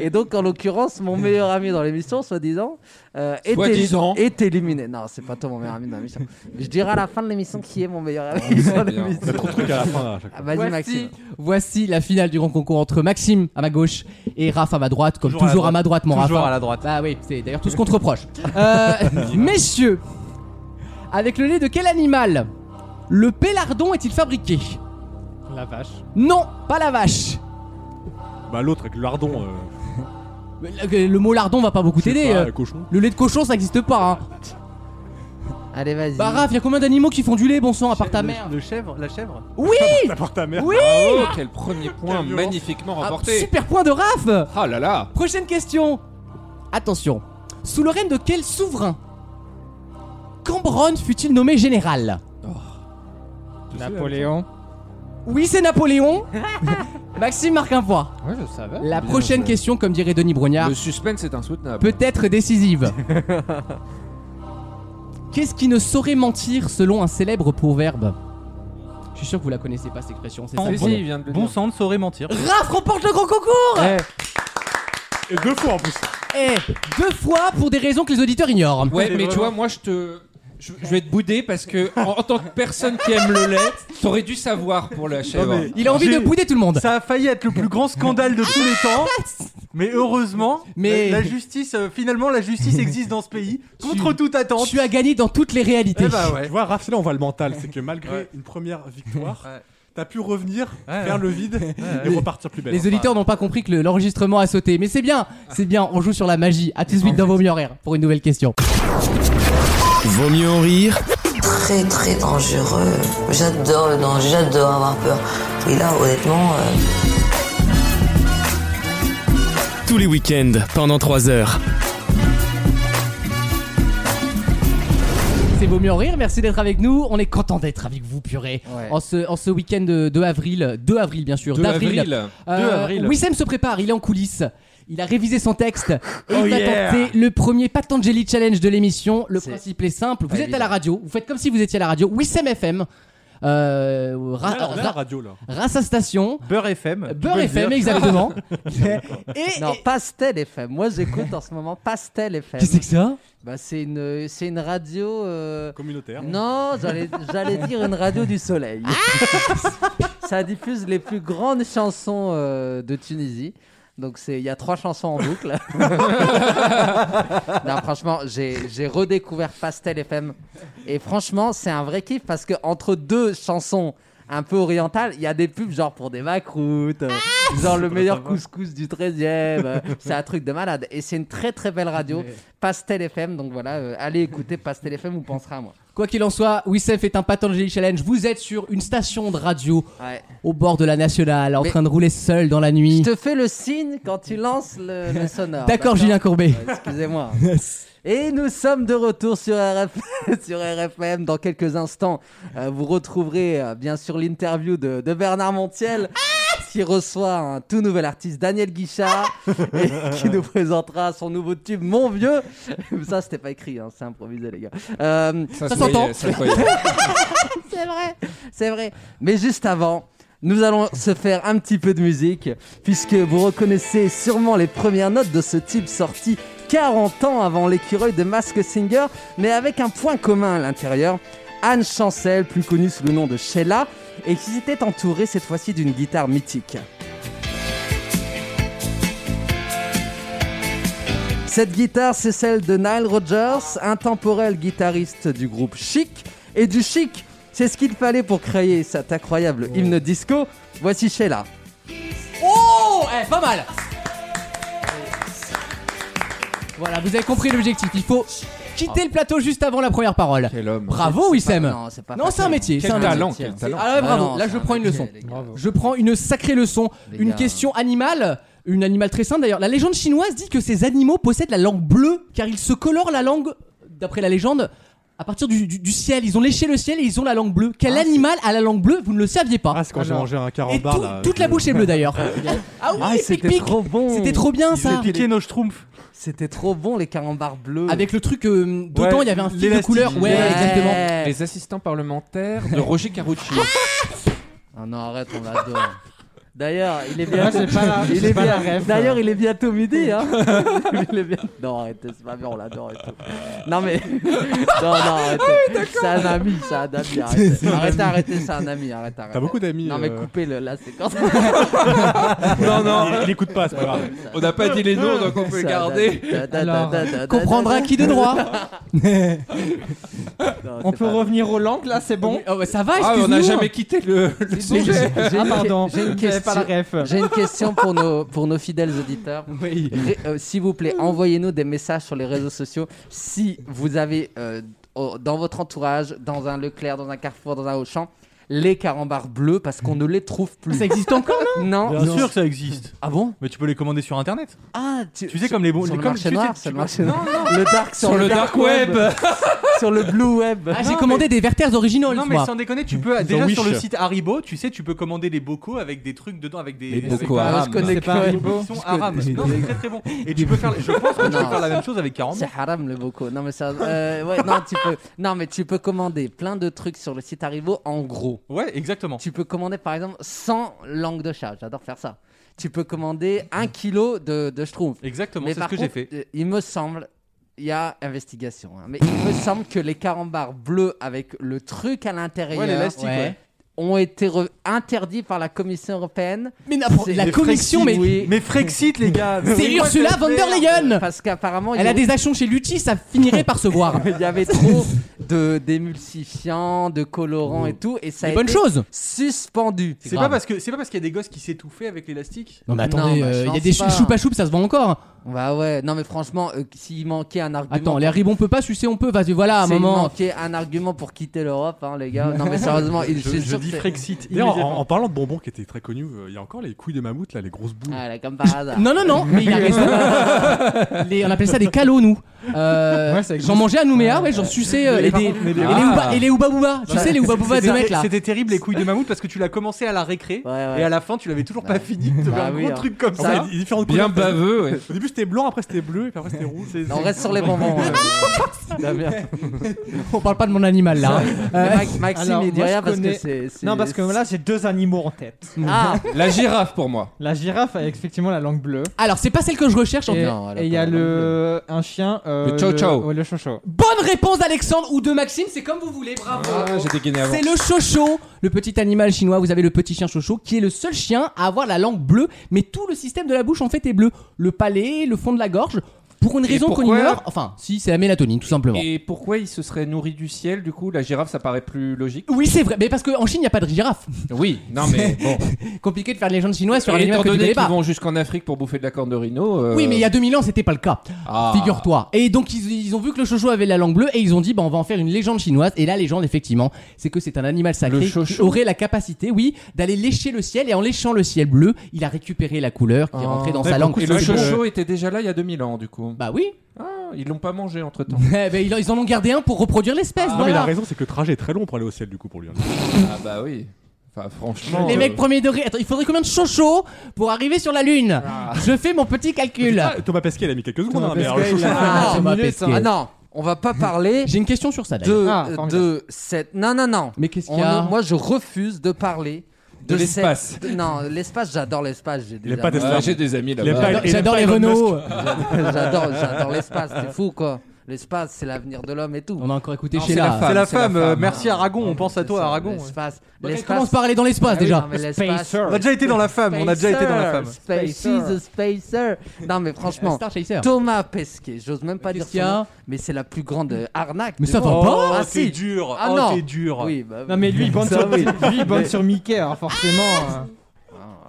Speaker 5: et donc, en l'occurrence, mon meilleur ami dans l'émission, soi-disant, euh, est, éli-
Speaker 4: Soi-disant.
Speaker 5: est éliminé. Non, c'est pas toi mon meilleur ami dans l'émission. Je dirai à la fin de l'émission qui est mon meilleur ami dans
Speaker 4: bien. Bah,
Speaker 5: l'émission.
Speaker 3: Trop de trucs à la fin là, à chaque fois.
Speaker 5: Ah, Vas-y,
Speaker 7: Voici.
Speaker 5: Maxime.
Speaker 2: Voici la finale du grand concours entre Maxime à ma gauche et Raph à ma droite, comme toujours,
Speaker 6: Toujours à la
Speaker 2: à, ma droite, mon
Speaker 6: Toujours
Speaker 2: Raph.
Speaker 6: à la droite.
Speaker 2: Bah oui, c'est d'ailleurs tout ce qu'on te reproche. Euh, messieurs, avec le lait de quel animal le pélardon est-il fabriqué
Speaker 7: La vache.
Speaker 2: Non, pas la vache.
Speaker 3: Bah l'autre avec le lardon. euh,
Speaker 2: Le, le mot lardon va pas beaucoup
Speaker 3: je sais
Speaker 2: t'aider.
Speaker 3: pas,
Speaker 2: euh,
Speaker 3: euh, cochon.
Speaker 2: Le lait de cochon, ça n'existe pas. Hein.
Speaker 5: Allez, vas-y.
Speaker 2: Bah Raph, y a combien d'animaux qui font du lait, bon sang, à part ta
Speaker 6: Le-
Speaker 2: mère
Speaker 6: Le chèvre, la chèvre. Ah,
Speaker 2: Oui,
Speaker 3: T'as part ta mère.
Speaker 2: oui.
Speaker 4: Oh, quel premier point
Speaker 3: Quelle violence.
Speaker 4: magnifiquement
Speaker 2: Ah,
Speaker 4: remporté.
Speaker 2: super point de Raph.
Speaker 4: Ah là là.
Speaker 2: Prochaine question. Attention. Sous le règne de quel souverain Cambronne fut-il nommé général
Speaker 7: Napoléon.
Speaker 2: Oui, c'est Napoléon. Maxime marque un point.
Speaker 7: Ouais, je savais.
Speaker 2: La
Speaker 4: Bien
Speaker 2: prochaine
Speaker 4: joué.
Speaker 2: question, comme dirait Denis Brognard,
Speaker 4: Le suspense est insoutenable.
Speaker 2: peut être décisive. Qu'est-ce qui ne saurait mentir selon un célèbre proverbe Je suis sûr que vous la connaissez pas cette expression, c'est ça
Speaker 4: Si,
Speaker 2: le
Speaker 4: si,
Speaker 2: problème.
Speaker 4: il vient de le
Speaker 6: Bon
Speaker 4: dire.
Speaker 6: sang ne saurait mentir.
Speaker 2: Raph remporte le grand concours
Speaker 7: Eh,
Speaker 3: Et deux fois en plus.
Speaker 2: Eh, deux fois pour des raisons que les auditeurs ignorent.
Speaker 4: Ouais, mais tu vois, moi je te. Je, je vais te bouder parce que, en, en tant que personne qui aime le lait, t'aurais dû savoir pour la chèvre.
Speaker 6: Non, mais-
Speaker 2: Il a envie de
Speaker 6: J'ai-
Speaker 2: bouder tout le monde.
Speaker 6: Ça a failli être le plus grand scandale de tous les temps. Mais heureusement,
Speaker 2: Mais-
Speaker 6: la, la justice, euh, finalement, la justice existe dans ce pays. Contre toute attente.
Speaker 2: Tu as gagné dans toutes les réalités.
Speaker 6: Eh bah ouais.
Speaker 3: Tu vois, Raph, c'est là où on voit le mental. C'est que malgré une première victoire,
Speaker 6: Ouais.
Speaker 3: t'as pu revenir,
Speaker 6: Ouais,
Speaker 3: faire
Speaker 6: ouais.
Speaker 3: le vide et
Speaker 2: Les-
Speaker 3: repartir plus belle.
Speaker 2: Les auditeurs n'ont pas compris que le- l'enregistrement a sauté, mais c'est bien, c'est bien, on joue sur la magie. À tout de suite dans vos mieux horaires pour une nouvelle question.
Speaker 1: Vaut mieux en rire
Speaker 9: très très dangereux. J'adore le danger, j'adore avoir peur. Et là, honnêtement. euh,
Speaker 1: tous les week-ends pendant 3 heures.
Speaker 2: C'est Vaut mieux en rire, merci d'être avec nous, on est content d'être avec vous, purée.
Speaker 5: Ouais.
Speaker 2: En ce, en ce week-end de, de avril, 2 avril bien sûr,
Speaker 4: De
Speaker 2: d'avril.
Speaker 4: avril.
Speaker 2: Euh,
Speaker 6: De avril.
Speaker 2: Wissem se prépare, il est en coulisses. Il a révisé son texte et
Speaker 5: Oh,
Speaker 2: il va tenter le premier Patanjali Challenge de l'émission. Le
Speaker 5: C'est
Speaker 2: principe est simple. Vous
Speaker 5: pas
Speaker 2: êtes à la radio, vous faites comme si vous étiez à la radio. Wissem FM, euh, ra-
Speaker 3: Là, là,
Speaker 2: ra-
Speaker 3: la radio là.
Speaker 2: Rassa Station, Euh,
Speaker 6: Beurre FM.
Speaker 2: Beurre FM exactement. et,
Speaker 5: Non,
Speaker 2: et-
Speaker 5: Pastel FM. Moi, j'écoute en ce moment Pastel FM.
Speaker 2: Qu'est-ce que c'est que ça
Speaker 5: Bah, c'est une, c'est une radio. euh,
Speaker 3: Communautaire.
Speaker 5: Non, j'allais j'allais dire une radio du soleil. Ça diffuse les plus grandes chansons euh, de Tunisie. Donc c'est- il y a trois chansons en boucle. non, franchement, j'ai j'ai redécouvert Pastel FM. Et franchement, c'est un vrai kiff parce que entre deux chansons un peu orientales, il y a des pubs genre pour des macroutes, euh, genre le meilleur couscous du 13e. euh, C'est un truc de malade. Et c'est une très très belle radio. Pastel FM. Donc voilà, euh, allez écouter Pastel FM, vous penserez à moi.
Speaker 2: Quoi qu'il en soit, Wissem fait un Patanjali Challenge. Vous êtes sur une station de radio
Speaker 5: Ouais.
Speaker 2: au bord de la nationale, en
Speaker 5: Mais-
Speaker 2: train de rouler seul dans la
Speaker 5: Je Ah,
Speaker 2: nuit.
Speaker 5: te fais le signe quand tu lances le, le sonore.
Speaker 2: D'accord, Julien Courbet.
Speaker 5: Ouais, Excusez-moi. Et nous sommes de retour sur, RF... sur RFM. Dans quelques instants, euh, vous retrouverez euh, bien sûr l'interview de, de Bernard Montiel
Speaker 2: Ah
Speaker 5: qui reçoit un tout nouvel artiste, Daniel Guichard,
Speaker 2: Ah
Speaker 5: et qui nous présentera son nouveau tube, Mon Vieux. Ça, c'était pas écrit, hein, c'est improvisé, les gars. Euh,
Speaker 2: Ça
Speaker 4: se
Speaker 2: s'entend.
Speaker 4: voyait, ça se voyait.
Speaker 5: c'est vrai, c'est vrai. Mais juste avant, nous allons se faire un petit peu de musique, puisque vous reconnaissez sûrement les premières notes de ce type sorti 40 ans avant l'écureuil de Mask Singer, mais avec un point commun à l'intérieur. Anne Chancel, plus connue sous le nom de Sheila, et qui s'était entourée cette fois-ci d'une guitare mythique. Cette guitare, c'est celle de Nile Rodgers, intemporel guitariste du groupe Chic. Et du chic, c'est ce qu'il fallait pour créer cet incroyable hymne disco. Voici Sheila.
Speaker 2: Oh eh, Pas mal Voilà, vous avez compris l'objectif. Il faut quitter le plateau juste avant la première parole.
Speaker 4: Quel homme.
Speaker 2: Bravo, Wissem
Speaker 5: Non, c'est pas
Speaker 2: Non, c'est un
Speaker 5: facile.
Speaker 2: métier. c'est
Speaker 4: Quel
Speaker 2: un métier.
Speaker 4: talent,
Speaker 5: métier,
Speaker 4: quel
Speaker 5: hein.
Speaker 4: talent.
Speaker 2: Ah ouais, bravo.
Speaker 5: non,
Speaker 2: Là,
Speaker 5: c'est
Speaker 2: je
Speaker 5: un
Speaker 2: prends une
Speaker 5: métier,
Speaker 2: leçon.
Speaker 5: les gars.
Speaker 2: Je prends une sacrée leçon.
Speaker 5: Les
Speaker 2: Une
Speaker 5: gars.
Speaker 2: question animale. Une animale très simple d'ailleurs. La légende chinoise dit que ces animaux possèdent la langue bleue car ils se colorent la langue, d'après la légende, à partir du, du- du ciel. Ils ont léché le ciel et ils ont la langue bleue.
Speaker 5: Ah,
Speaker 2: Quel animal a la langue bleue Vous ne le saviez pas.
Speaker 3: Ah, c'est quand j'ai mangé un
Speaker 2: et
Speaker 3: carambar
Speaker 2: tout-
Speaker 3: là.
Speaker 2: toute la bouche est bleue d'ailleurs. ah oui,
Speaker 5: Ah,
Speaker 2: pic,
Speaker 5: c'était
Speaker 2: pic.
Speaker 5: trop bon.
Speaker 2: C'était trop bien
Speaker 5: Ils
Speaker 2: ça.
Speaker 5: ont piqué
Speaker 6: nos schtroumpfs.
Speaker 5: C'était trop bon les carambars bleus.
Speaker 2: Avec le truc euh, dedans,
Speaker 6: Ouais,
Speaker 2: il y avait un fil de
Speaker 6: l'élastique.
Speaker 2: couleur. Ouais,
Speaker 5: Ouais.
Speaker 2: exactement.
Speaker 4: Les assistants parlementaires de Roger Carucci.
Speaker 5: Ah non, arrête, on l'adore. D'ailleurs, il est bien.
Speaker 7: Moi, j'ai pas la-
Speaker 5: il
Speaker 7: j'ai
Speaker 5: est
Speaker 7: pas la
Speaker 5: bien.
Speaker 7: ref.
Speaker 5: D'ailleurs, il est bientôt midi, hein. il est bien. Non, arrêtez, c'est pas bien, on l'adore et tout. Non mais, non, non,
Speaker 2: Ah
Speaker 5: arrêtez. c'est un ami, c'est un ami. Arrêtez, arrêtez, arrêtez, c'est un ami, arrête, arrête.
Speaker 3: T'as beaucoup d'amis.
Speaker 5: Non mais
Speaker 3: euh,
Speaker 5: coupez le, la séquence.
Speaker 4: non, non,
Speaker 3: Il, il écoute pas, c'est pas grave.
Speaker 4: on n'a pas dit les noms, donc on peut le garder.
Speaker 2: Comprendra qui de droit.
Speaker 7: On peut revenir aux langues là, c'est bon
Speaker 2: Oh, bah, ça va,
Speaker 4: Ah,
Speaker 2: excuse-nous.
Speaker 4: on n'a jamais quitté le, le sujet.
Speaker 7: Ah pardon,
Speaker 5: J'ai une
Speaker 7: j'avais pas la
Speaker 5: question.
Speaker 7: ref.
Speaker 5: J'ai une question pour nos, pour nos fidèles auditeurs. Ré- euh, S'il vous plaît, envoyez-nous des messages sur les réseaux sociaux. Si vous avez euh, au- dans votre entourage, dans un Leclerc, dans un Carrefour, dans un Auchan, les carambars bleus parce qu'on ne les trouve plus.
Speaker 2: Ça existe encore là
Speaker 5: Non.
Speaker 6: Bien sûr que ça existe.
Speaker 5: Ah bon
Speaker 6: Mais tu peux les commander sur internet.
Speaker 5: Ah,
Speaker 6: Tu sais, comme les bons.
Speaker 5: sur le
Speaker 6: comme-
Speaker 5: marché
Speaker 6: tu sais-
Speaker 5: noir, c'est le marché noir. Le dark sur,
Speaker 4: Sur le dark web.
Speaker 5: sur le blue web.
Speaker 2: Ah, j'ai
Speaker 6: Non,
Speaker 2: commandé des Werther's originaux.
Speaker 6: Non,
Speaker 2: ce
Speaker 6: mais
Speaker 2: mois.
Speaker 6: sans déconner, tu peux. Déjà sur le
Speaker 3: Wish.
Speaker 6: site Haribo, tu sais, tu peux commander des bocaux avec des trucs dedans, avec des.
Speaker 4: Les
Speaker 6: avec-
Speaker 4: bocaux
Speaker 5: Ah,
Speaker 4: haram.
Speaker 5: je connais
Speaker 6: C'est
Speaker 5: que
Speaker 6: pas Haribo,
Speaker 5: Haribo.
Speaker 6: ils sont haram. Non, c'est très très bon. Et tu peux faire. Je pense que tu
Speaker 5: Non.
Speaker 6: peux faire la même chose avec 40.
Speaker 5: C'est haram le boko. Non mais ça, euh, ouais, non tu peux, non mais tu peux commander plein de trucs sur le site Arrivo en gros.
Speaker 6: Ouais, exactement.
Speaker 5: Tu peux commander par exemple 100 langues de chat, j'adore faire ça. Tu peux commander un kilo de, de schtroumpf.
Speaker 6: Exactement,
Speaker 5: Mais
Speaker 6: c'est ce
Speaker 5: par
Speaker 6: que j'ai
Speaker 5: contre,
Speaker 6: fait.
Speaker 5: euh, il me semble, il y a investigation, hein, mais il me semble que les carambars bleus avec le truc à l'intérieur
Speaker 6: Ouais, l'élastique,
Speaker 2: ouais.
Speaker 6: ouais.
Speaker 5: ont été re- interdits par la Commission européenne.
Speaker 2: Mais n'importe-
Speaker 5: C'est
Speaker 2: la
Speaker 5: des
Speaker 2: commission, mais
Speaker 5: Frexit, oui.
Speaker 6: Mais Frexit, les gars
Speaker 2: c'est
Speaker 6: Mais moi,
Speaker 2: Ursula
Speaker 6: je
Speaker 2: von
Speaker 6: vais-
Speaker 2: der Leyen.
Speaker 5: Parce qu'apparemment,
Speaker 2: Elle
Speaker 5: ils
Speaker 2: a
Speaker 5: ont-
Speaker 2: des actions chez Lutti, ça finirait par se voir.
Speaker 5: il y avait trop de d'émulsifiants, de colorants et tout, et ça a
Speaker 2: C'est bonne
Speaker 5: été
Speaker 2: chose.
Speaker 5: suspendu.
Speaker 6: C'est pas parce que c'est pas parce qu'il y a des gosses qui s'étouffaient avec l'élastique.
Speaker 2: Non mais
Speaker 5: Non,
Speaker 2: attendez,
Speaker 5: bah,
Speaker 2: euh,
Speaker 5: je
Speaker 2: il y a
Speaker 5: pense
Speaker 2: des chou-
Speaker 5: pas.
Speaker 2: choupa choups, ça se vend encore.
Speaker 5: Bah ouais, non mais franchement, euh, s'il manquait un argument.
Speaker 2: Attends, les ribons peut pas sucer, on peut. Vas-y, voilà, à un
Speaker 5: C'est
Speaker 2: moment.
Speaker 5: manquer un argument pour quitter l'Europe, hein, les gars. Non, mais sérieusement, il, je, suis sûr que c'est-
Speaker 6: Frexit.
Speaker 3: D'ailleurs, en, en parlant de bonbons qui étaient très connus, euh, il y a encore les couilles de mammouth là, les grosses boules.
Speaker 5: Ah, là, comme par hasard.
Speaker 2: Non, non, non, mais il a raison. Les- on appelle ça des calots, nous. Euh,
Speaker 7: Ouais, ça existe.
Speaker 2: j'en mangeais à Nouméa, ouais, j'en suçais. euh,
Speaker 6: Mais
Speaker 2: et,
Speaker 6: par
Speaker 2: des,
Speaker 6: contre, mais
Speaker 2: et
Speaker 6: les-
Speaker 2: les
Speaker 6: Ah.
Speaker 2: ouba- et les ouba bouba. Tu sais, les ouba
Speaker 6: bah,
Speaker 2: bouba de ce mec là.
Speaker 6: C'était terrible les couilles de mammouth parce que tu l'as commencé à la récré
Speaker 5: Ouais, ouais.
Speaker 6: et à la fin tu l'avais toujours pas fini. Tu
Speaker 5: Bah
Speaker 6: un
Speaker 5: oui,
Speaker 6: gros
Speaker 5: hein.
Speaker 6: truc comme
Speaker 3: En fait,
Speaker 6: ça.
Speaker 3: il y a différentes
Speaker 4: Bien
Speaker 3: couleurs.
Speaker 4: baveux, ouais.
Speaker 3: Au début c'était blanc, après c'était bleu, et puis après c'était rouge.
Speaker 5: Non, on reste sur les bonbons. euh. La merde.
Speaker 2: On parle pas de mon animal là. hein.
Speaker 5: Mais Max- Maxime,
Speaker 7: Alors,
Speaker 5: il dit
Speaker 7: moi, je
Speaker 5: rien parce
Speaker 7: connais-
Speaker 5: que c'est. c'est-
Speaker 7: Non, parce que là, j'ai deux animaux en tête.
Speaker 5: Ah,
Speaker 4: La girafe pour moi.
Speaker 7: La girafe avec effectivement la langue bleue.
Speaker 2: Alors, c'est pas celle que je recherche en
Speaker 7: Et
Speaker 2: fait.
Speaker 5: non, elle a
Speaker 7: et il y
Speaker 5: pas
Speaker 7: a
Speaker 5: la langue
Speaker 7: le un chien. euh,
Speaker 4: Le chow-chow.
Speaker 7: ouais, le chow-chow.
Speaker 2: Bonne réponse d'Alexandre ou de Maxime, c'est comme vous voulez, bravo.
Speaker 4: Ah, j'ai dégainé avant.
Speaker 2: C'est le chocho, le petit animal chinois. Vous avez le petit chien chocho qui est le seul chien à avoir la langue bleue, mais tout le système de la bouche en fait est bleu. Le palais, le fond de la gorge, pour une raison qu'on
Speaker 4: pourquoi-
Speaker 2: ignore. Enfin, si, c'est la mélatonine tout simplement.
Speaker 4: Et pourquoi il se serait nourri du ciel du coup La girafe, ça paraît plus logique.
Speaker 2: Oui, c'est vrai, mais parce qu'en Chine, il n'y a pas de girafe.
Speaker 4: Oui, non mais bon.
Speaker 2: Compliqué de faire des légendes chinoises sur un
Speaker 4: Et
Speaker 2: animal
Speaker 4: étant
Speaker 2: que tu
Speaker 4: donné
Speaker 2: connais
Speaker 4: qu'ils
Speaker 2: pas.
Speaker 4: vont jusqu'en Afrique pour bouffer de la corne de rhino. euh,
Speaker 2: Oui, mais il y a 2000 ans, c'était pas le cas.
Speaker 4: ah.
Speaker 2: Figure-toi. Et donc, ils, ils ont vu que le chocho avait la langue bleue et ils ont dit, bah, on va en faire une légende chinoise. Et la légende, effectivement, c'est que c'est un animal
Speaker 4: Le
Speaker 2: sacré qui
Speaker 4: chocho.
Speaker 2: aurait la capacité, oui, d'aller lécher le ciel. Et en léchant le ciel bleu, il a récupéré la couleur qui est rentrée dans
Speaker 3: Mais
Speaker 2: sa langue.
Speaker 4: Et le
Speaker 3: C'est bon.
Speaker 4: chocho était déjà là il y a 2000 ans du coup.
Speaker 2: Bah oui.
Speaker 4: Ah, ils l'ont pas mangé entre temps.
Speaker 2: Eh ben, ils en- ils en ont gardé un pour reproduire l'espèce.
Speaker 3: Ah, Non, mais
Speaker 2: voilà.
Speaker 3: la raison c'est que le trajet est très long pour aller au ciel du coup pour lui. hein.
Speaker 4: ah bah oui. Enfin franchement.
Speaker 2: Les
Speaker 4: euh,
Speaker 2: mecs premier degré. Attends, il faudrait combien de chocho pour arriver sur la lune
Speaker 4: Ah.
Speaker 2: Je fais mon petit calcul.
Speaker 3: Ah, Thomas Pesquet il a mis quelques secondes, hein, mais alors, le
Speaker 7: Pesquet,
Speaker 3: chouchou-
Speaker 7: il a-
Speaker 5: Ah,
Speaker 2: ça m'a
Speaker 7: minute,
Speaker 2: pesqué.
Speaker 5: ah non, on va pas parler
Speaker 2: J'ai une question sur ça d'ailleurs.
Speaker 5: de,
Speaker 7: Ah,
Speaker 5: euh,
Speaker 7: formidable.
Speaker 5: de cette. Non, non, non.
Speaker 2: Mais qu'est-ce
Speaker 5: On
Speaker 2: qu'il y a
Speaker 5: ne- moi, je refuse de parler
Speaker 4: De
Speaker 5: cette-
Speaker 4: l'espace.
Speaker 5: de- Non, l'espace, j'adore l'espace. j'ai des
Speaker 3: Il est pas
Speaker 5: amis.
Speaker 4: ah, j'ai des amis
Speaker 3: Les
Speaker 4: là-bas.
Speaker 3: pales-
Speaker 2: J'adore- J'adore les
Speaker 3: Elon
Speaker 2: Renault.
Speaker 5: J'adore, j'adore l'espace. C'est fou, quoi. L'espace, c'est l'avenir de l'homme et tout.
Speaker 2: On a encore écouté
Speaker 4: Non,
Speaker 2: chez
Speaker 4: c'est la
Speaker 2: là.
Speaker 4: femme.
Speaker 6: C'est la
Speaker 4: c'est la
Speaker 6: femme.
Speaker 4: femme.
Speaker 6: euh, Merci Aragon. On pense à
Speaker 5: C'est
Speaker 6: toi
Speaker 5: ça,
Speaker 6: Aragon.
Speaker 5: L'espace.
Speaker 2: Elle
Speaker 5: l'espace-
Speaker 2: commence par aller dans l'espace
Speaker 5: Ah oui,
Speaker 2: déjà.
Speaker 5: non, mais l'espace-
Speaker 7: Spacer.
Speaker 6: On a déjà été dans la femme. On a déjà été dans la femme.
Speaker 5: Spacer, Spacer, spacer. Non, mais franchement,
Speaker 2: Star Chaser.
Speaker 5: Thomas Pesquet, j'ose même pas dire
Speaker 2: Qu'est-ce
Speaker 5: son
Speaker 2: qu'il y a
Speaker 5: nom, mais c'est la plus grande euh, arnaque.
Speaker 2: Mais
Speaker 5: du
Speaker 2: ça va
Speaker 5: monde.
Speaker 2: pas
Speaker 5: Ah
Speaker 6: Oh, t'es
Speaker 5: si
Speaker 6: dur.
Speaker 5: Ah
Speaker 6: oh,
Speaker 5: non.
Speaker 6: t'es dur.
Speaker 5: Oui, bah oui.
Speaker 7: Non mais lui il bande
Speaker 5: Ça,
Speaker 7: sur,
Speaker 5: oui.
Speaker 7: lui, il bande sur Mickey alors forcément.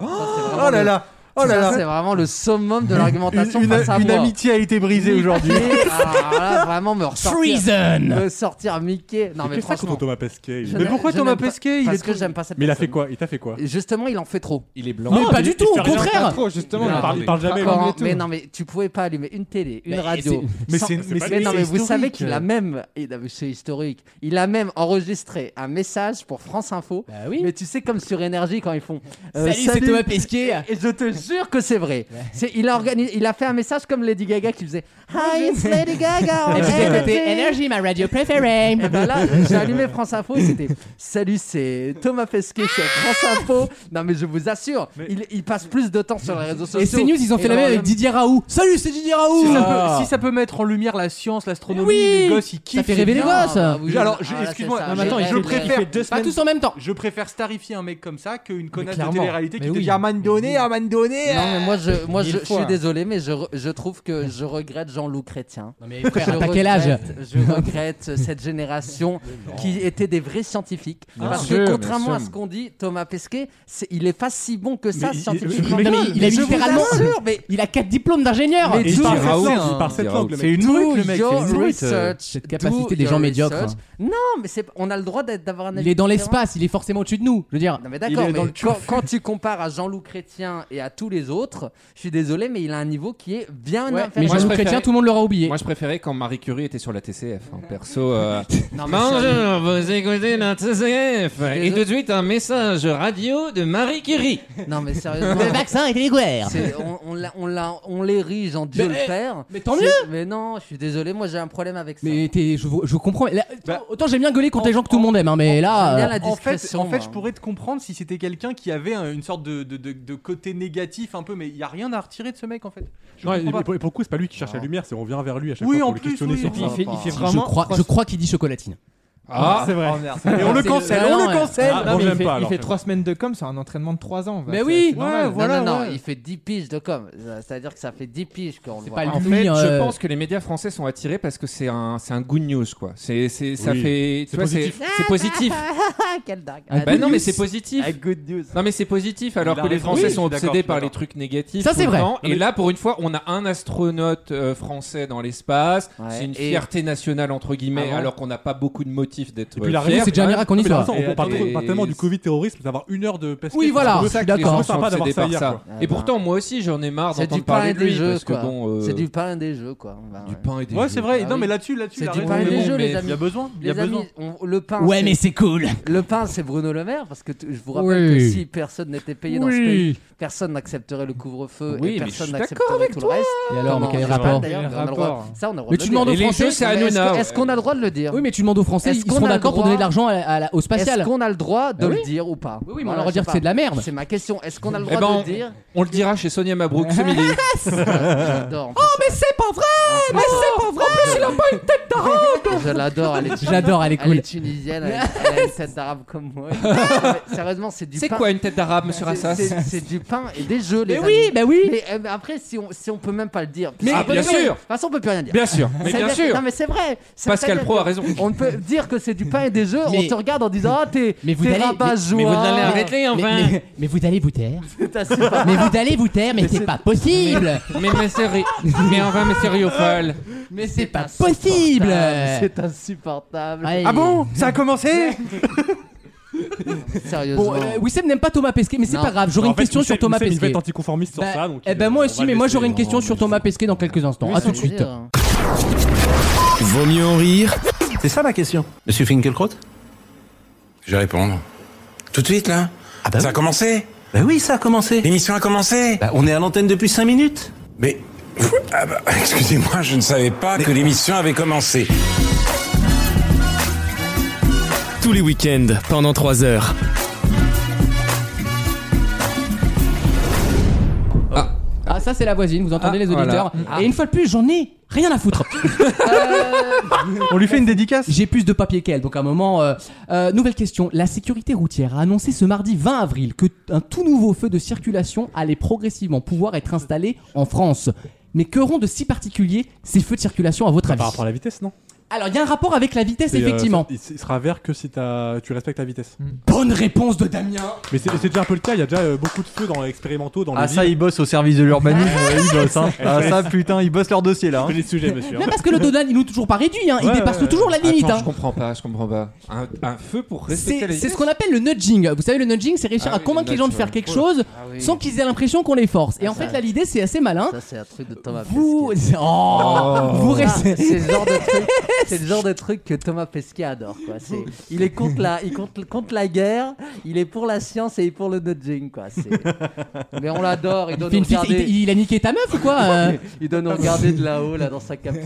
Speaker 5: Ça,
Speaker 7: euh.
Speaker 5: c'est vraiment
Speaker 6: Oh là
Speaker 5: le-
Speaker 6: là.
Speaker 5: Oh là là. C'est vraiment le summum de l'argumentation
Speaker 6: Une,
Speaker 5: face à
Speaker 6: une
Speaker 5: moi.
Speaker 6: amitié a été brisée aujourd'hui.
Speaker 5: Ah, là, vraiment me ressortir,
Speaker 2: Treason
Speaker 5: me sortir Mickey. Non mais
Speaker 3: Qu'est-ce que
Speaker 5: franchement.
Speaker 3: contre Thomas Pesquet il-
Speaker 5: je
Speaker 6: Mais
Speaker 5: n'aime-
Speaker 6: pourquoi
Speaker 5: je
Speaker 6: Thomas
Speaker 5: n'aime pas-
Speaker 6: Pesquet, il
Speaker 5: Parce
Speaker 6: est
Speaker 5: que j'aime pas cette
Speaker 3: Mais il a
Speaker 5: personne.
Speaker 3: fait quoi Il t'a fait quoi
Speaker 5: Justement, il en fait trop.
Speaker 4: Il est blanc.
Speaker 2: Mais pas du tout, au
Speaker 3: rien.
Speaker 7: Pas
Speaker 2: contraire
Speaker 7: trop, justement.
Speaker 5: Non,
Speaker 7: on parle-
Speaker 3: Il parle jamais. hein.
Speaker 5: Comment-
Speaker 7: mais tout.
Speaker 5: mais non, mais tu pouvais pas allumer une télé, une
Speaker 2: Mais
Speaker 5: radio.
Speaker 6: Mais
Speaker 5: sans-
Speaker 6: c'est mais
Speaker 2: Bah
Speaker 5: Mais
Speaker 6: c'est-
Speaker 5: non,
Speaker 6: c'est
Speaker 5: mais vous savez
Speaker 6: historique.
Speaker 5: qu'il a même, et non, mais c'est historique, il a même enregistré un message pour France Info.
Speaker 2: Bah oui
Speaker 5: Mais tu sais, comme sur Énergie quand ils font. euh,
Speaker 2: Salut, c'est Thomas Pesquet
Speaker 5: Et je te jure que c'est vrai. C'est, il, a organi- il a fait un message comme Lady Gaga qui faisait Hi, it's Lady Gaga. on
Speaker 2: Et vous écoutez
Speaker 5: Energy.
Speaker 2: Energy, ma radio préférée
Speaker 5: Et ben là, j'ai allumé France Info et c'était Salut, c'est Thomas Pesquet sur France Info. Non, mais je vous assure, il, il passe plus de temps sur les réseaux sociaux.
Speaker 2: Et CNews, ils ont fait la même avec Didier Raoult Salut, c'est Didier Raoult
Speaker 6: Si ça,
Speaker 2: Ah.
Speaker 6: peut, si ça peut mettre en lumière la science, l'astronomie,
Speaker 2: Oui
Speaker 6: les gosses, ils kiffent.
Speaker 2: Ça fait rêver les
Speaker 5: Non,
Speaker 2: gosses
Speaker 5: bah oui,
Speaker 6: Alors,
Speaker 5: ah,
Speaker 6: je-
Speaker 5: là, c'est
Speaker 6: excuse-moi,
Speaker 5: ça,
Speaker 6: non, mais
Speaker 5: j'ai
Speaker 6: attends, je
Speaker 5: rêvé.
Speaker 6: préfère deux
Speaker 2: Pas tous en même temps
Speaker 6: Je préfère starifier un mec comme ça qu'une connasse de
Speaker 7: clairement.
Speaker 6: télé-réalité qui
Speaker 7: Mais
Speaker 6: te
Speaker 7: oui.
Speaker 6: dit Aman donné, Aman donné.
Speaker 5: Non, mais moi, je, moi,
Speaker 7: Mille
Speaker 5: je, je suis
Speaker 7: fois.
Speaker 5: désolé, mais je, re- je trouve que je regrette Jean-Loup Chrétien.
Speaker 2: Non mais frère,
Speaker 5: je
Speaker 2: à Ah, quel âge
Speaker 5: regrette- Je regrette cette génération qui était des vrais scientifiques. parce
Speaker 7: sûr,
Speaker 5: que
Speaker 7: bien
Speaker 5: contrairement à
Speaker 7: sûr.
Speaker 5: ce qu'on dit, Thomas Pesquet, c'est- il est pas si bon que ça
Speaker 3: Mais il-
Speaker 5: scientifiquement.
Speaker 3: mais
Speaker 2: Non, mais il a
Speaker 5: je vous
Speaker 2: littéralement-
Speaker 5: assure, mais
Speaker 2: Il a 4 diplômes d'ingénieur
Speaker 5: Mais
Speaker 3: Et
Speaker 5: tout,
Speaker 3: il part
Speaker 5: c'est
Speaker 3: sept
Speaker 6: Raoult,
Speaker 3: langues,
Speaker 6: hein.
Speaker 3: il part sept
Speaker 4: C'est
Speaker 3: langues, le
Speaker 6: C'est
Speaker 3: mec.
Speaker 6: une
Speaker 5: do
Speaker 6: ouïe, le mec. c'est
Speaker 5: your
Speaker 6: une ouïe.
Speaker 5: research.
Speaker 2: Cette
Speaker 5: do
Speaker 2: capacité des
Speaker 5: your
Speaker 2: gens médiocres.
Speaker 5: research. Non, mais c'est- on a le droit d'être- d'avoir un avis
Speaker 2: Il est dans
Speaker 5: différent.
Speaker 2: l'espace, il est forcément au-dessus de nous. Je veux dire,
Speaker 5: Non mais d'accord,
Speaker 2: il est
Speaker 5: mais
Speaker 2: dans le cul.
Speaker 5: quand, quand tu compares à Jean-Loup Chrétien et à tous les autres, je suis désolé, mais il a un niveau qui est bien
Speaker 4: Ouais,
Speaker 2: Mais
Speaker 5: inférieur.
Speaker 4: Moi, je
Speaker 2: Jean-Loup
Speaker 4: préférais-
Speaker 2: Chrétien, tout le monde l'aura oublié.
Speaker 4: Moi, je préférais quand Marie Curie était sur la TCF. hein. Perso. euh,
Speaker 5: Non, mais c'est-
Speaker 4: Bonjour, vous écoutez la TCF. Et
Speaker 5: Désolé.
Speaker 4: tout de suite, un message radio de Marie Curie.
Speaker 5: Non mais sérieusement,
Speaker 2: Le vaccin est illégal
Speaker 5: c'est- on, on l'a- on l'a- on l'érige en Dieu
Speaker 2: Mais-
Speaker 5: le Père.
Speaker 2: mais tant
Speaker 5: C'est- Mais non, je suis désolé, moi j'ai un problème avec ça.
Speaker 2: Mais t'es- je, vous- je comprends. Là,
Speaker 6: Bah,
Speaker 2: autant j'aime bien gueuler contre les gens que tout le
Speaker 6: en-
Speaker 2: monde aime, hein, mais
Speaker 5: J'aime bien
Speaker 2: là. euh,
Speaker 5: la
Speaker 6: En fait,
Speaker 5: discrétion, hein.
Speaker 6: en fait, je
Speaker 5: moi.
Speaker 6: pourrais te comprendre si c'était quelqu'un qui avait un- une sorte de, de- de- de côté négatif un peu, mais il y a rien à retirer de ce mec en fait. Je
Speaker 3: Non, et, et
Speaker 6: comprends pas.
Speaker 3: pour, et pour le coup, c'est pas lui qui cherche la lumière, c'est on vient vers lui à chaque
Speaker 6: Oui,
Speaker 3: fois
Speaker 6: en
Speaker 3: pour le
Speaker 6: plus,
Speaker 3: questionner
Speaker 6: oui,
Speaker 3: sur
Speaker 6: oui.
Speaker 3: ça.
Speaker 7: Il fait, il fait
Speaker 2: je
Speaker 7: vraiment.
Speaker 2: crois, je crois qu'il dit chocolatine.
Speaker 4: Ah,
Speaker 7: C'est vrai.
Speaker 6: Oh, merde. Et on le
Speaker 2: C'est-
Speaker 6: cancelle,
Speaker 2: Ah,
Speaker 6: on
Speaker 2: non,
Speaker 6: le cancelle.
Speaker 3: ah,
Speaker 7: Non,
Speaker 3: bon,
Speaker 7: mais
Speaker 3: j'aime
Speaker 7: il fait,
Speaker 3: pas,
Speaker 7: il
Speaker 3: alors,
Speaker 7: fait
Speaker 3: ça.
Speaker 7: 3 semaines de com, c'est un entraînement de 3 ans.
Speaker 2: Mais oui.
Speaker 7: c'est normal.
Speaker 6: Ouais, voilà,
Speaker 5: non, non, non,
Speaker 6: ouais.
Speaker 5: il fait 10 piges de com. C'est-à-dire que ça fait 10 piges qu'on le voit.
Speaker 2: pas
Speaker 5: pas.
Speaker 2: lui.
Speaker 4: En fait, je
Speaker 2: euh,
Speaker 4: pense que les médias français sont attirés parce que c'est un, c'est un good news, quoi. C'est, c'est, ça
Speaker 3: Oui.
Speaker 4: fait, tu
Speaker 3: C'est
Speaker 4: vois,
Speaker 3: positif.
Speaker 4: c'est- c'est positif.
Speaker 5: Quelle dingue.
Speaker 2: Un
Speaker 4: Bah
Speaker 2: good
Speaker 4: non, mais
Speaker 2: news.
Speaker 4: c'est positif.
Speaker 6: good news.
Speaker 4: Non, mais c'est positif alors
Speaker 6: Il a
Speaker 4: que les
Speaker 6: raison.
Speaker 4: Français
Speaker 6: Oui,
Speaker 4: sont
Speaker 6: je suis d'accord,
Speaker 4: obsédés
Speaker 6: je suis
Speaker 4: par les
Speaker 6: d'accord.
Speaker 4: trucs négatifs.
Speaker 2: Ça,
Speaker 4: tout
Speaker 2: c'est
Speaker 4: le
Speaker 2: vrai.
Speaker 4: temps. Et là, pour une fois, on a un astronaute euh, français dans l'espace.
Speaker 5: Ouais.
Speaker 4: C'est une
Speaker 5: Et-
Speaker 4: fierté nationale entre guillemets,
Speaker 5: Ah ouais.
Speaker 4: alors qu'on n'a pas beaucoup de motifs d'être.
Speaker 3: Et puis
Speaker 4: euh,
Speaker 3: la
Speaker 4: fier.
Speaker 3: raison,
Speaker 2: C'est déjà un miracle qu'on y
Speaker 3: Mais
Speaker 2: soit.
Speaker 3: attends, on parle
Speaker 4: Et-
Speaker 3: trop- on parle tellement
Speaker 4: et-
Speaker 3: du Covid terrorisme, d'avoir une heure de pesquet.
Speaker 2: Oui, voilà, je suis
Speaker 4: que les gens
Speaker 2: d'accord.
Speaker 4: sont
Speaker 3: C'est sympa d'avoir
Speaker 4: obsédés
Speaker 3: ça
Speaker 4: par
Speaker 3: hier,
Speaker 4: ça.
Speaker 3: quoi.
Speaker 5: Ah
Speaker 4: Et
Speaker 5: bah.
Speaker 4: pourtant, moi aussi, j'en ai marre
Speaker 5: C'est du
Speaker 4: d'entendre
Speaker 5: pain
Speaker 4: parler
Speaker 5: et
Speaker 4: de
Speaker 5: des
Speaker 4: lui
Speaker 5: jeux,
Speaker 4: parce que
Speaker 5: quoi.
Speaker 4: bon, euh,
Speaker 5: C'est du pain et des jeux, quoi. Ben,
Speaker 4: du
Speaker 5: ouais.
Speaker 4: pain et des
Speaker 6: Ouais,
Speaker 4: jeux.
Speaker 6: c'est vrai.
Speaker 5: Ah
Speaker 6: non,
Speaker 5: oui.
Speaker 6: mais là-dessus, là-dessus,
Speaker 5: C'est
Speaker 6: il a
Speaker 5: du
Speaker 6: raison.
Speaker 5: pain et
Speaker 6: Mais
Speaker 5: des
Speaker 6: bon,
Speaker 5: jeux, les
Speaker 6: mais
Speaker 5: amis.
Speaker 6: Il y a besoin. Il y a
Speaker 5: Les
Speaker 6: besoin.
Speaker 5: amis, on- le pain.
Speaker 2: Ouais,
Speaker 5: c'est-
Speaker 2: mais c'est cool.
Speaker 5: Le pain, c'est Bruno Le Maire, parce que tu- je vous rappelle
Speaker 2: Oui.
Speaker 5: que si personne n'était payé dans ce pays, personne n'accepterait le couvre-feu
Speaker 4: Oui, mais
Speaker 5: et
Speaker 4: je suis
Speaker 5: personne
Speaker 4: d'accord
Speaker 5: n'accepterait tout le reste.
Speaker 2: Et alors, mais
Speaker 5: Comment-
Speaker 2: quel
Speaker 5: je sais pas,
Speaker 2: rapport
Speaker 5: d'ailleurs,
Speaker 7: Quel
Speaker 5: on a le
Speaker 7: rapport
Speaker 5: droit- Ça, on a le droit
Speaker 2: Mais
Speaker 5: de
Speaker 2: tu
Speaker 5: le
Speaker 2: demandes
Speaker 5: dire.
Speaker 2: aux
Speaker 4: Et les
Speaker 2: Français.
Speaker 4: jeux, c'est
Speaker 5: Mais est-ce
Speaker 4: Hanouna.
Speaker 5: que- Est-ce qu'on a le droit de le dire
Speaker 2: Oui, mais tu demandes aux Français,
Speaker 5: Est-ce
Speaker 2: ils
Speaker 5: qu'on
Speaker 2: seront
Speaker 5: a le
Speaker 2: d'accord pour
Speaker 5: droit
Speaker 2: donner de l'argent à la- à la- au
Speaker 5: Est-ce
Speaker 2: spatial.
Speaker 5: qu'on a le droit de
Speaker 2: Ah oui
Speaker 5: le dire ou pas
Speaker 2: Oui, oui, mais on
Speaker 5: Voilà,
Speaker 2: leur
Speaker 5: je sais
Speaker 2: dire que
Speaker 5: pas.
Speaker 2: c'est de la merde.
Speaker 5: C'est ma question. Est-ce qu'on a le
Speaker 4: Eh
Speaker 5: droit
Speaker 4: ben,
Speaker 5: de le dire
Speaker 4: On le dira chez Sonia Mabrouk ce midi.
Speaker 5: J'adore. Oh, mais c'est pas vrai
Speaker 2: Oh,
Speaker 5: Mais c'est pas vrai En plus, il a pas une tête d'arabe Je l'adore, elle est
Speaker 2: J'adore, elle est
Speaker 5: Elle
Speaker 2: cool.
Speaker 5: est tunisienne, elle, elle a une tête d'arabe comme moi. Mais Sérieusement, c'est du
Speaker 4: C'est
Speaker 5: pain.
Speaker 4: quoi une tête d'arabe, monsieur
Speaker 5: C'est-
Speaker 4: Assas
Speaker 5: c'est- C'est du pain et des jeux, les
Speaker 2: Mais oui,
Speaker 5: amis.
Speaker 2: bah oui.
Speaker 5: Mais, euh, mais après, si on, si on peut même pas le dire.
Speaker 4: Mais- Ah, bien
Speaker 5: De toute
Speaker 4: sûr.
Speaker 5: façon, on peut plus rien dire.
Speaker 4: Bien sûr, mais
Speaker 5: C'est
Speaker 4: bien
Speaker 5: vrai-
Speaker 4: sûr.
Speaker 5: Non, mais c'est vrai. Ça-
Speaker 4: Pascal
Speaker 5: ça-
Speaker 4: Pro a raison.
Speaker 5: On ne peut dire que c'est du pain et des jeux,
Speaker 2: Mais-
Speaker 5: on te regarde en disant Ah, t'es
Speaker 2: Mais vous
Speaker 5: t'es
Speaker 2: allez-
Speaker 5: rabat-joie.
Speaker 4: Mais vous allez arrêter
Speaker 2: Mais,
Speaker 4: enfin.
Speaker 2: mais- mais vous allez vous taire.
Speaker 5: T'as su pas-
Speaker 2: Mais vous allez vous taire, mais c'est pas possible.
Speaker 4: Mais mais sérieux, mais enfin mais sérieux folle.
Speaker 5: Mais c'est
Speaker 2: pas
Speaker 5: insupportable,
Speaker 2: possible.
Speaker 5: C'est insupportable.
Speaker 2: Allez.
Speaker 6: Ah bon Ça a commencé
Speaker 5: Sérieusement.
Speaker 2: Bon, euh, Wissem n'aime pas Thomas Pesquet, mais c'est
Speaker 5: Non.
Speaker 2: pas grave. J'aurai
Speaker 3: En
Speaker 2: une
Speaker 3: fait,
Speaker 2: question
Speaker 3: Michel-
Speaker 2: sur Thomas
Speaker 3: Michel, Il va
Speaker 2: Pesquet.
Speaker 3: être anticonformiste sur
Speaker 2: Bah,
Speaker 3: ça. donc,
Speaker 2: eh
Speaker 3: euh,
Speaker 2: ben
Speaker 3: on
Speaker 2: moi
Speaker 3: va
Speaker 2: aussi,
Speaker 3: le
Speaker 2: mais moi
Speaker 3: laisser.
Speaker 2: j'aurai une question sur Thomas Pesquet dans quelques instants. À tout de suite.
Speaker 5: Dire. hein.
Speaker 1: Vaut mieux en rire
Speaker 10: C'est ça ma question. Monsieur Finkelkraut
Speaker 11: Je vais répondre. Tout de suite, là
Speaker 10: Ah bah
Speaker 11: Ça a
Speaker 10: oui.
Speaker 11: commencé
Speaker 10: Bah oui, ça a commencé.
Speaker 11: L'émission a commencé
Speaker 10: Bah, on est à l'antenne depuis 5 minutes.
Speaker 11: Mais... Ah bah, excusez-moi, je ne savais pas que l'émission avait commencé.
Speaker 1: tous les week-ends pendant 3 heures.
Speaker 2: Ah ça c'est la voisine, vous entendez
Speaker 4: Ah,
Speaker 2: les auditeurs.
Speaker 4: voilà.
Speaker 2: Et une fois de plus, j'en ai rien à foutre.
Speaker 4: Euh,
Speaker 6: On lui fait une dédicace
Speaker 2: J'ai plus de papier qu'elle, donc à un moment. euh, euh, nouvelle question. La sécurité routière a annoncé ce mardi 20 avril que t- un tout nouveau feu de circulation allait progressivement pouvoir être installé en France. Mais que auront de si particulier ces feux de circulation à votre
Speaker 3: Par
Speaker 2: avis
Speaker 3: rapport à la vitesse, non
Speaker 2: Alors, il y a un rapport avec la vitesse,
Speaker 3: Et, euh,
Speaker 2: effectivement.
Speaker 3: ça- il, il sera vert que si t'as- tu respectes la vitesse.
Speaker 2: Bonne réponse de Damien
Speaker 3: Mais c'est c'est déjà un peu le cas, il y a déjà euh, beaucoup de feux dans les expérimentaux dans
Speaker 6: Ah
Speaker 3: les
Speaker 6: ça,
Speaker 3: villes.
Speaker 6: ils bossent au service de l'urbanisme, ils bossent. Hein. Ah ça, putain, ils bossent leur dossier là.
Speaker 3: les sujets, monsieur.
Speaker 2: Même parce que le Donan, il nous toujours pas réduit, hein. il
Speaker 4: Ouais,
Speaker 2: dépasse
Speaker 4: ouais.
Speaker 2: toujours la limite.
Speaker 4: Attends,
Speaker 2: hein.
Speaker 4: Je comprends pas, je comprends pas. Un, un feu pour respecter
Speaker 2: C'est
Speaker 4: les
Speaker 2: c'est ce qu'on appelle le nudging. Vous savez, le nudging, c'est réussir
Speaker 4: Ah
Speaker 2: à
Speaker 4: oui,
Speaker 2: convaincre
Speaker 4: le
Speaker 2: les gens de
Speaker 4: nudge,
Speaker 2: faire
Speaker 4: ouais.
Speaker 2: quelque
Speaker 4: Oh.
Speaker 2: chose
Speaker 4: Ah oui.
Speaker 2: sans qu'ils aient l'impression qu'on les force. Et en
Speaker 5: ça-
Speaker 2: fait, là, l'idée, c'est assez malin.
Speaker 5: Ça, c'est un truc de Thomas
Speaker 2: Vous, Oh, vous restez.
Speaker 5: Ah, C'est le genre de truc, c'est le genre de truc que Thomas Pesquet adore. Quoi. C'est- il est contre la, il contre, contre la guerre, il est pour la science et il est pour le nudging. Quoi. C'est- Mais on l'adore.
Speaker 2: Il,
Speaker 5: Il
Speaker 4: Ah.
Speaker 5: donne
Speaker 2: fait
Speaker 5: nous
Speaker 2: une fille-
Speaker 5: regarder,
Speaker 2: il- il a niqué ta meuf ou quoi euh
Speaker 5: il donne nous regarder de là-haut, là, dans sa capsule.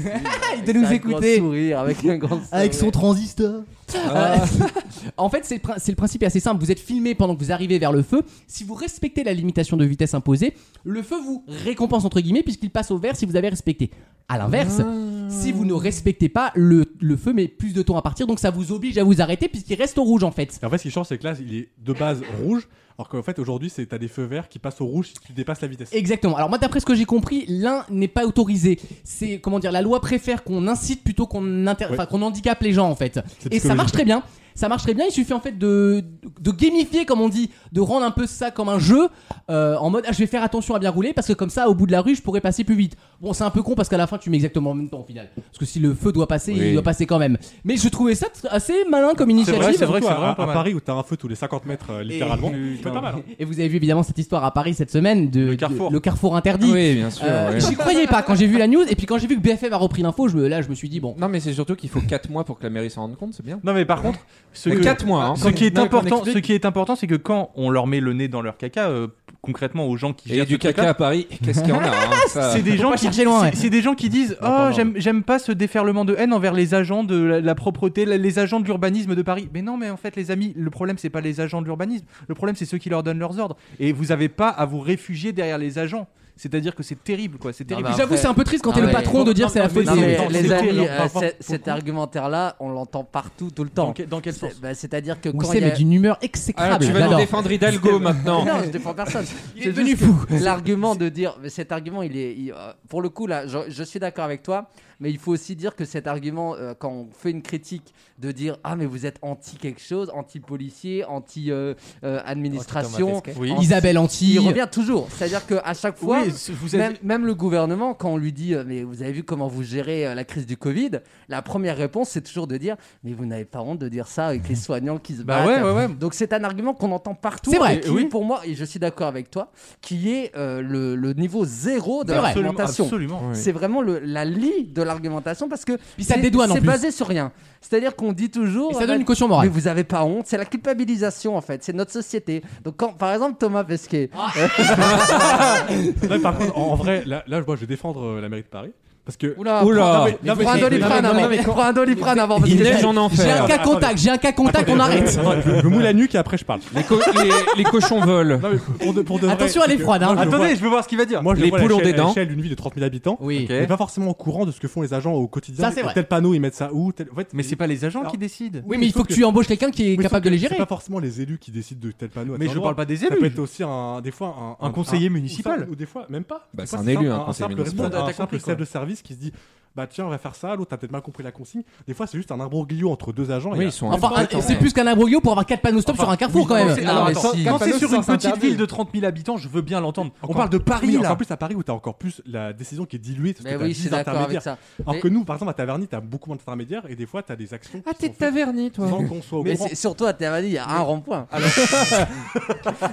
Speaker 2: Il
Speaker 5: de
Speaker 2: doit nous écouter.
Speaker 5: sourire, avec un grand sourire.
Speaker 2: Avec son transistor. Euh, en fait, c'est le, prin- c'est le principe est assez simple. Vous êtes filmé pendant que vous arrivez vers le feu. Si vous respectez la limitation de vitesse imposée, le feu vous récompense entre guillemets puisqu'il passe au vert si vous avez respecté. À l'inverse, si vous ne respectez pas, le, le feu met plus de temps à partir, donc ça vous oblige à vous arrêter puisqu'il reste au rouge en fait.
Speaker 3: Et en fait, ce qui change, c'est que là, il est de base rouge, alors qu'en fait, aujourd'hui, c'est t'as des feux verts qui passent au rouge si tu dépasses la vitesse.
Speaker 2: Exactement. Alors moi, d'après ce que j'ai compris, l'un n'est pas autorisé. C'est comment dire, la loi préfère qu'on incite plutôt qu'on inter-
Speaker 3: Ouais.
Speaker 2: enfin, qu'on handicape les gens en fait.
Speaker 3: C'est
Speaker 2: Et ça marche
Speaker 3: psychologique.
Speaker 2: très bien. Ça marche très bien. Il suffit en fait de, de gamifier, comme on dit, de rendre un peu ça comme un jeu, euh, en mode ah, je vais faire attention à bien rouler parce que comme ça, au bout de la rue, je pourrais passer plus vite. Bon, c'est un peu con parce qu'à la fin, tu mets exactement en même temps au final. Parce que si le feu doit passer,
Speaker 4: Oui.
Speaker 2: il doit passer quand même. Mais je trouvais ça tr- assez malin comme initiative.
Speaker 3: Surtout
Speaker 6: vrai que
Speaker 3: à-
Speaker 6: c'est vraiment
Speaker 3: à-
Speaker 6: pas
Speaker 3: à
Speaker 6: mal.
Speaker 3: Paris où t'as un feu tous les 50 mètres, euh, littéralement.
Speaker 6: Et-
Speaker 3: C'est pas mal. hein.
Speaker 2: Et vous avez vu évidemment cette histoire à Paris cette semaine de de- le
Speaker 3: carrefour.
Speaker 2: interdit.
Speaker 4: Oui, bien sûr.
Speaker 2: Euh,
Speaker 4: ouais.
Speaker 2: J'y croyais pas quand j'ai vu la news et puis quand j'ai vu que BFM a repris l'info, je me, là je me suis dit bon.
Speaker 4: Non, mais c'est surtout qu'il faut 4 mois pour que la mairie s'en rende compte, c'est bien.
Speaker 6: Non mais par contre, ce,
Speaker 4: Mais
Speaker 6: que-
Speaker 4: quatre mois, hein.
Speaker 5: Ah,
Speaker 6: ce qui est
Speaker 4: Non, qu'on
Speaker 6: important,
Speaker 4: explique.
Speaker 6: ce qui est important, c'est que quand on leur met le nez dans leur caca, euh, concrètement aux gens qui
Speaker 4: Et
Speaker 6: gèrent
Speaker 4: du
Speaker 6: ce
Speaker 4: caca
Speaker 6: truc-là,
Speaker 4: à Paris, qu'est-ce qu'il y en a hein, ça...
Speaker 6: c'est des gens
Speaker 2: pas
Speaker 6: qui
Speaker 2: chercher loin,
Speaker 6: c'est-
Speaker 2: ouais.
Speaker 6: c'est des gens qui disent oh
Speaker 3: pardon.
Speaker 6: j'aime j'aime pas ce déferlement de haine envers les agents de la, la propreté la- les agents de l'urbanisme de Paris mais non mais en fait les amis le problème c'est pas les agents de l'urbanisme le problème c'est ceux qui leur donnent leurs ordres et vous avez pas à vous réfugier derrière les agents c'est-à-dire que c'est terrible quoi c'est terrible
Speaker 5: bah,
Speaker 2: J'avoue, c'est un peu triste quand t'es
Speaker 5: Ah
Speaker 2: le
Speaker 5: ouais.
Speaker 2: patron de dire c'est la faute
Speaker 5: Non,
Speaker 2: des-
Speaker 5: mais
Speaker 3: c'est-
Speaker 5: les
Speaker 3: c'est-
Speaker 5: amis,
Speaker 3: c'est-
Speaker 5: euh,
Speaker 3: c'est-
Speaker 5: c'est- cet argumentaire-là, on l'entend partout, tout le temps.
Speaker 6: dans, que- dans quel sens
Speaker 5: C'est- bah, C'est-à-dire que
Speaker 2: On
Speaker 5: quand
Speaker 2: sait,
Speaker 5: il y
Speaker 2: mais
Speaker 5: a...
Speaker 2: d'une humeur
Speaker 4: Ah,
Speaker 2: exécrable.
Speaker 4: tu vas nous
Speaker 2: j'adore.
Speaker 4: défendre Hidalgo maintenant.
Speaker 5: Non, je défends personne.
Speaker 2: Il
Speaker 5: C'est
Speaker 2: est devenu
Speaker 5: juste
Speaker 2: fou.
Speaker 5: que L'argument de dire, mais cet argument, il est, il- euh, pour le coup là, je, je suis d'accord avec toi, mais il faut aussi dire que cet argument, euh, quand on fait une critique, de dire ah mais vous êtes anti quelque chose, anti policier, anti euh, euh, administration,
Speaker 6: Oui.
Speaker 5: anti-
Speaker 2: Isabelle Anti.
Speaker 5: il revient toujours. C'est-à-dire qu'à chaque fois,
Speaker 6: Oui, c'est- vous
Speaker 5: même,
Speaker 6: avez-
Speaker 5: même le gouvernement, quand on lui dit euh, mais vous avez vu comment vous gérez euh, la crise du Covid, la première réponse c'est toujours de dire mais vous n'avez pas honte de dire ça avec les soignants qui se
Speaker 6: Bah
Speaker 5: battent.
Speaker 6: ouais, ouais, ouais.
Speaker 5: Donc c'est un argument qu'on entend partout.
Speaker 2: C'est vrai.
Speaker 5: et qui, Pour moi, et je suis d'accord avec toi, qui est euh, le, le niveau zéro de
Speaker 2: C'est vrai.
Speaker 6: absolument,
Speaker 5: l'argumentation.
Speaker 6: absolument.
Speaker 5: C'est vraiment le, la lie de l'argumentation parce que
Speaker 2: Puis ça
Speaker 5: c'est-
Speaker 2: dédouane en
Speaker 5: c'est
Speaker 2: plus.
Speaker 5: basé sur rien. C'est-à-dire qu'on dit toujours.
Speaker 2: Et
Speaker 5: en
Speaker 2: ça
Speaker 5: fait,
Speaker 2: donne une caution
Speaker 5: mais
Speaker 2: morale.
Speaker 5: vous avez pas honte, c'est la culpabilisation en fait, c'est notre société. Donc quand, par exemple, Thomas Pesquet,
Speaker 3: Non, mais par contre, en en vrai, là, là, moi, je vais défendre euh, la mairie de Paris. Parce que.
Speaker 5: Oula,
Speaker 4: Oula.
Speaker 5: prends- mais-
Speaker 3: Non, mais
Speaker 5: prends un
Speaker 3: c'est-
Speaker 5: doliprane
Speaker 3: non, mais-
Speaker 5: avant. Prends un doliprane avant. parce
Speaker 4: Il
Speaker 5: que-
Speaker 4: neige en enfer.
Speaker 2: J'ai un cas
Speaker 3: Attendez.
Speaker 2: contact, j'ai un cas contact, on arrête.
Speaker 3: Attends, je, je me moule la nuque et après je parle.
Speaker 4: Les, co- les- les cochons volent.
Speaker 3: Non, mais pour de- pour de vrai,
Speaker 2: Attention, elle est
Speaker 3: c'est que
Speaker 2: froide, hein.
Speaker 3: moi, je le vois-
Speaker 6: Attendez, je veux voir ce qu'il va dire.
Speaker 3: Moi, je
Speaker 4: Les
Speaker 3: le vois à
Speaker 4: poules ont
Speaker 3: l'échelle-
Speaker 4: des dents.
Speaker 3: à l'échelle d'une ville de 30 000 habitants.
Speaker 2: Oui.
Speaker 3: Mais pas forcément au courant de ce que font les agents au quotidien.
Speaker 2: Ça, c'est vrai.
Speaker 3: Tel panneau, ils mettent ça où tel- en fait,
Speaker 6: Mais c'est pas les agents
Speaker 3: Alors-
Speaker 6: qui décident.
Speaker 2: Oui, mais il faut que tu embauches quelqu'un qui est
Speaker 3: Oui,
Speaker 2: capable
Speaker 3: sauf
Speaker 2: de les
Speaker 3: que
Speaker 2: gérer.
Speaker 3: C'est pas forcément les élus qui décident de tel panneau. à
Speaker 6: Mais
Speaker 3: tel
Speaker 6: je
Speaker 3: endroit.
Speaker 6: parle pas des
Speaker 3: Ça peut
Speaker 6: élus.
Speaker 3: être aussi un, des fois un,
Speaker 6: Un conseiller
Speaker 3: ou
Speaker 6: municipal.
Speaker 3: simple- ou des fois même pas.
Speaker 4: Bah,
Speaker 3: Des
Speaker 4: c'est
Speaker 3: fois,
Speaker 4: un élu,
Speaker 3: simple-
Speaker 4: un conseiller
Speaker 3: simple
Speaker 4: municipal.
Speaker 5: Ah,
Speaker 3: responsable,
Speaker 6: T'as
Speaker 3: un simple
Speaker 6: compris, quoi.
Speaker 3: chef de service qui se dit bah tiens on va faire ça, l'autre t'as peut-être mal compris la consigne. Des fois c'est juste un imbroglio entre deux agents.
Speaker 4: Oui, ils sont
Speaker 2: Enfin,
Speaker 4: incompétents.
Speaker 2: un- c'est plus qu'un imbroglio pour avoir 4 panneaux stop sur un carrefour quand même.
Speaker 6: c'est- ah,
Speaker 5: Non,
Speaker 6: alors,
Speaker 5: mais
Speaker 6: attends,
Speaker 5: si.
Speaker 6: Quand c'est
Speaker 7: Capano,
Speaker 6: sur
Speaker 7: ça,
Speaker 6: une
Speaker 7: c'est
Speaker 6: petite
Speaker 7: interdit.
Speaker 6: ville de 30 000 habitants, je veux bien l'entendre. On
Speaker 3: Encore-
Speaker 6: parle de
Speaker 3: Oui,
Speaker 6: Paris
Speaker 3: mais
Speaker 6: là.
Speaker 3: En plus à Paris où t'as encore plus la décision qui est diluée. parce
Speaker 5: Mais
Speaker 3: que t'as
Speaker 5: oui,
Speaker 3: 10
Speaker 5: je suis d'accord avec
Speaker 3: intermédiaires.
Speaker 5: ça.
Speaker 3: Alors
Speaker 5: Mais-
Speaker 3: que nous par exemple à Taverny t'as beaucoup moins d'intermédiaires et des fois t'as des actions.
Speaker 4: Ah,
Speaker 3: qui sont faites
Speaker 4: taverni, toi.
Speaker 3: Sans qu'on soit au
Speaker 5: Mais
Speaker 3: courant.
Speaker 5: c'est- surtout à Théamanie, il y a un ah, rond-point.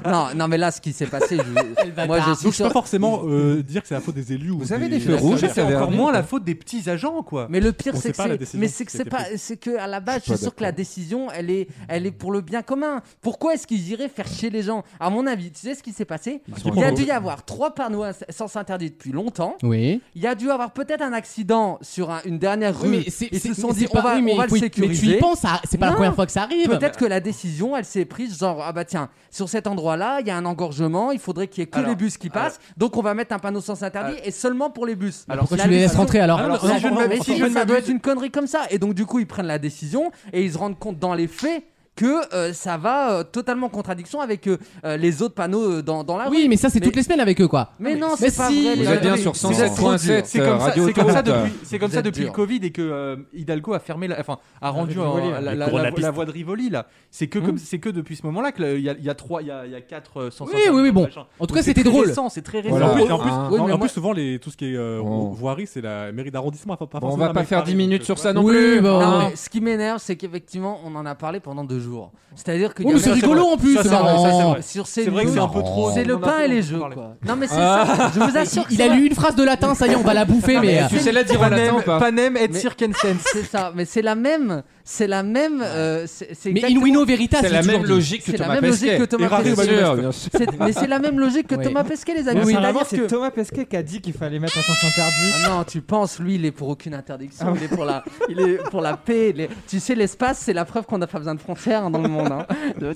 Speaker 5: non, non, mais là, ce qui s'est passé, je... moi, je suis
Speaker 3: Donc je peux
Speaker 5: sûr.
Speaker 3: pas forcément euh, dire que c'est la faute des élus.
Speaker 4: Vous avez des feux rouges à
Speaker 6: C'est encore
Speaker 4: Taverny
Speaker 6: moins la faute des petits agents quoi.
Speaker 5: Mais le pire,
Speaker 3: On
Speaker 5: c'est
Speaker 3: sait
Speaker 5: que
Speaker 3: pas la
Speaker 5: c'est,
Speaker 3: décision
Speaker 5: mais c'est que
Speaker 3: qui a
Speaker 5: c'est
Speaker 3: été
Speaker 5: pas,
Speaker 3: prise.
Speaker 5: c'est que à la base, je
Speaker 4: pas
Speaker 5: suis sûr que la décision, elle est, elle est pour le bien commun. Pourquoi est-ce qu'ils iraient faire chier les gens À mon avis, tu sais ce qui s'est passé Il y a dû y avoir trois panneaux ins- sens interdits depuis longtemps.
Speaker 2: Oui.
Speaker 5: Il y a dû avoir peut-être un accident sur un- une dernière rue.
Speaker 2: Oui, mais c'est
Speaker 5: Ils se
Speaker 2: c'est-
Speaker 5: sont dit,
Speaker 2: c'est
Speaker 5: on
Speaker 2: pas-
Speaker 5: va,
Speaker 2: oui, mais
Speaker 5: on va
Speaker 2: faut
Speaker 5: le
Speaker 2: y- Mais tu
Speaker 5: sécuriser.
Speaker 2: y penses, ça- c'est pas la
Speaker 5: Non.
Speaker 2: première fois que ça arrive.
Speaker 5: Peut-être que la décision, elle s'est prise genre ah bah tiens sur cet endroit-là, il y a un engorgement, il faudrait qu'il y ait que
Speaker 6: Alors,
Speaker 5: les
Speaker 2: euh,
Speaker 5: bus qui passent, donc on va mettre un panneau sens interdit et seulement pour les bus.
Speaker 6: Alors,
Speaker 2: Pourquoi
Speaker 5: La
Speaker 2: tu les laisses
Speaker 5: décision-
Speaker 2: rentrer alors
Speaker 6: Alors,
Speaker 5: La-
Speaker 6: si je ne
Speaker 5: mais
Speaker 6: m'abuse-
Speaker 5: si
Speaker 6: si
Speaker 5: je-
Speaker 6: je ne
Speaker 5: ça doit
Speaker 6: m'abuse-
Speaker 5: être une connerie comme ça. Et donc du coup, ils prennent la décision et ils se rendent compte dans les faits que euh, ça va euh, totalement en contradiction avec euh, euh, les autres panneaux euh, dans, dans la rue.
Speaker 2: Oui, mais ça, c'est toutes les semaines avec eux, quoi.
Speaker 5: Mais non,
Speaker 2: Mais
Speaker 5: c'est pas
Speaker 2: si.
Speaker 5: vrai.
Speaker 2: Vous
Speaker 6: Ah,
Speaker 5: les
Speaker 2: êtes bien
Speaker 5: amis.
Speaker 2: sur euh,
Speaker 5: Vous êtes
Speaker 2: 107.7,
Speaker 5: trop
Speaker 6: C'est
Speaker 5: dur.
Speaker 6: comme ça, c'est comme ça depuis, c'est comme
Speaker 5: Vous
Speaker 6: ça
Speaker 5: êtes
Speaker 6: depuis le
Speaker 5: dur. Ah,
Speaker 6: Covid et que euh, Hidalgo a fermé, la, enfin, a rendu
Speaker 7: Rivoli,
Speaker 6: en-
Speaker 7: hein.
Speaker 6: la,
Speaker 7: Les
Speaker 6: la-
Speaker 7: cours de
Speaker 6: la-
Speaker 7: la piste.
Speaker 6: la voie de Rivoli là. C'est
Speaker 5: Hum.
Speaker 6: que comme, c'est que depuis ce moment-là que le- il y a, il y a trois, il y a, il y a quatre. euh, sans
Speaker 2: Oui,
Speaker 6: interdit,
Speaker 2: oui, oui, bon.
Speaker 6: machin.
Speaker 2: En tout
Speaker 6: Donc
Speaker 2: cas,
Speaker 6: c'est
Speaker 2: c'était
Speaker 6: très
Speaker 2: drôle.
Speaker 6: récent, C'est très récent.
Speaker 3: Voilà. En plus, en plus,
Speaker 6: Ah.
Speaker 3: en- en plus, souvent, les, tout ce qui est euh, voirie, c'est la mairie d'arrondissement. Pas, pas
Speaker 4: Bon, on
Speaker 3: forcément
Speaker 4: va
Speaker 3: la
Speaker 4: pas
Speaker 3: mairie
Speaker 4: faire
Speaker 3: de
Speaker 4: 10
Speaker 3: Paris,
Speaker 4: minutes
Speaker 3: donc, euh,
Speaker 4: sur
Speaker 3: tu
Speaker 4: ça
Speaker 3: vois.
Speaker 4: non plus.
Speaker 2: bah.
Speaker 5: Non,
Speaker 2: Oh,
Speaker 4: hein.
Speaker 5: mais ce qui m'énerve, c'est qu'effectivement, on en a parlé pendant deux jours. C'est-à-dire que.
Speaker 2: Oui, mais c'est rigolo en plus.
Speaker 6: Ça, c'est
Speaker 2: marrant.
Speaker 6: vrai, ça, c'est vrai.
Speaker 5: Sur ces
Speaker 6: C'est vrai que c'est un peu
Speaker 5: news,
Speaker 6: trop.
Speaker 5: C'est le
Speaker 6: on en a
Speaker 5: pain et
Speaker 6: beaucoup
Speaker 5: les jeux,
Speaker 6: parlé.
Speaker 5: quoi. Non, mais c'est
Speaker 4: Ah.
Speaker 5: ça. Je vous assure. que
Speaker 2: Il
Speaker 5: c'est
Speaker 2: a
Speaker 5: vrai.
Speaker 2: lu une phrase de latin, ça y est, on va la bouffer, mais. euh,
Speaker 4: Tu sais la dire en latin ou
Speaker 6: Panem,
Speaker 4: pas
Speaker 6: Panem et
Speaker 5: Mais-
Speaker 6: Circenses.
Speaker 5: C'est ça, mais c'est la même. C'est la même. euh, c'est c'est
Speaker 2: Mais
Speaker 5: exactement-
Speaker 2: Inuino Veritas,
Speaker 4: C'est la
Speaker 2: toujours
Speaker 4: même
Speaker 2: dit.
Speaker 4: logique que
Speaker 5: C'est la
Speaker 4: Thomas
Speaker 5: même logique
Speaker 4: Pesquet.
Speaker 5: que Thomas
Speaker 4: Et Raoul
Speaker 5: Pesquet.
Speaker 4: Badoer, bien sûr.
Speaker 5: C'est- Mais c'est la même logique que
Speaker 2: Oui.
Speaker 5: Thomas Pesquet, les amis.
Speaker 7: Mais apparemment,
Speaker 5: C'est-à-dire
Speaker 7: c'est
Speaker 5: que-
Speaker 7: Thomas Pesquet qui a dit qu'il fallait mettre un sens interdit.
Speaker 5: Ah non, tu penses, lui, il est pour aucune interdiction. Il est pour la, il est pour la paix. il est- Tu sais, l'espace, c'est la preuve qu'on n'a pas besoin de frontières hein, dans le monde. hein.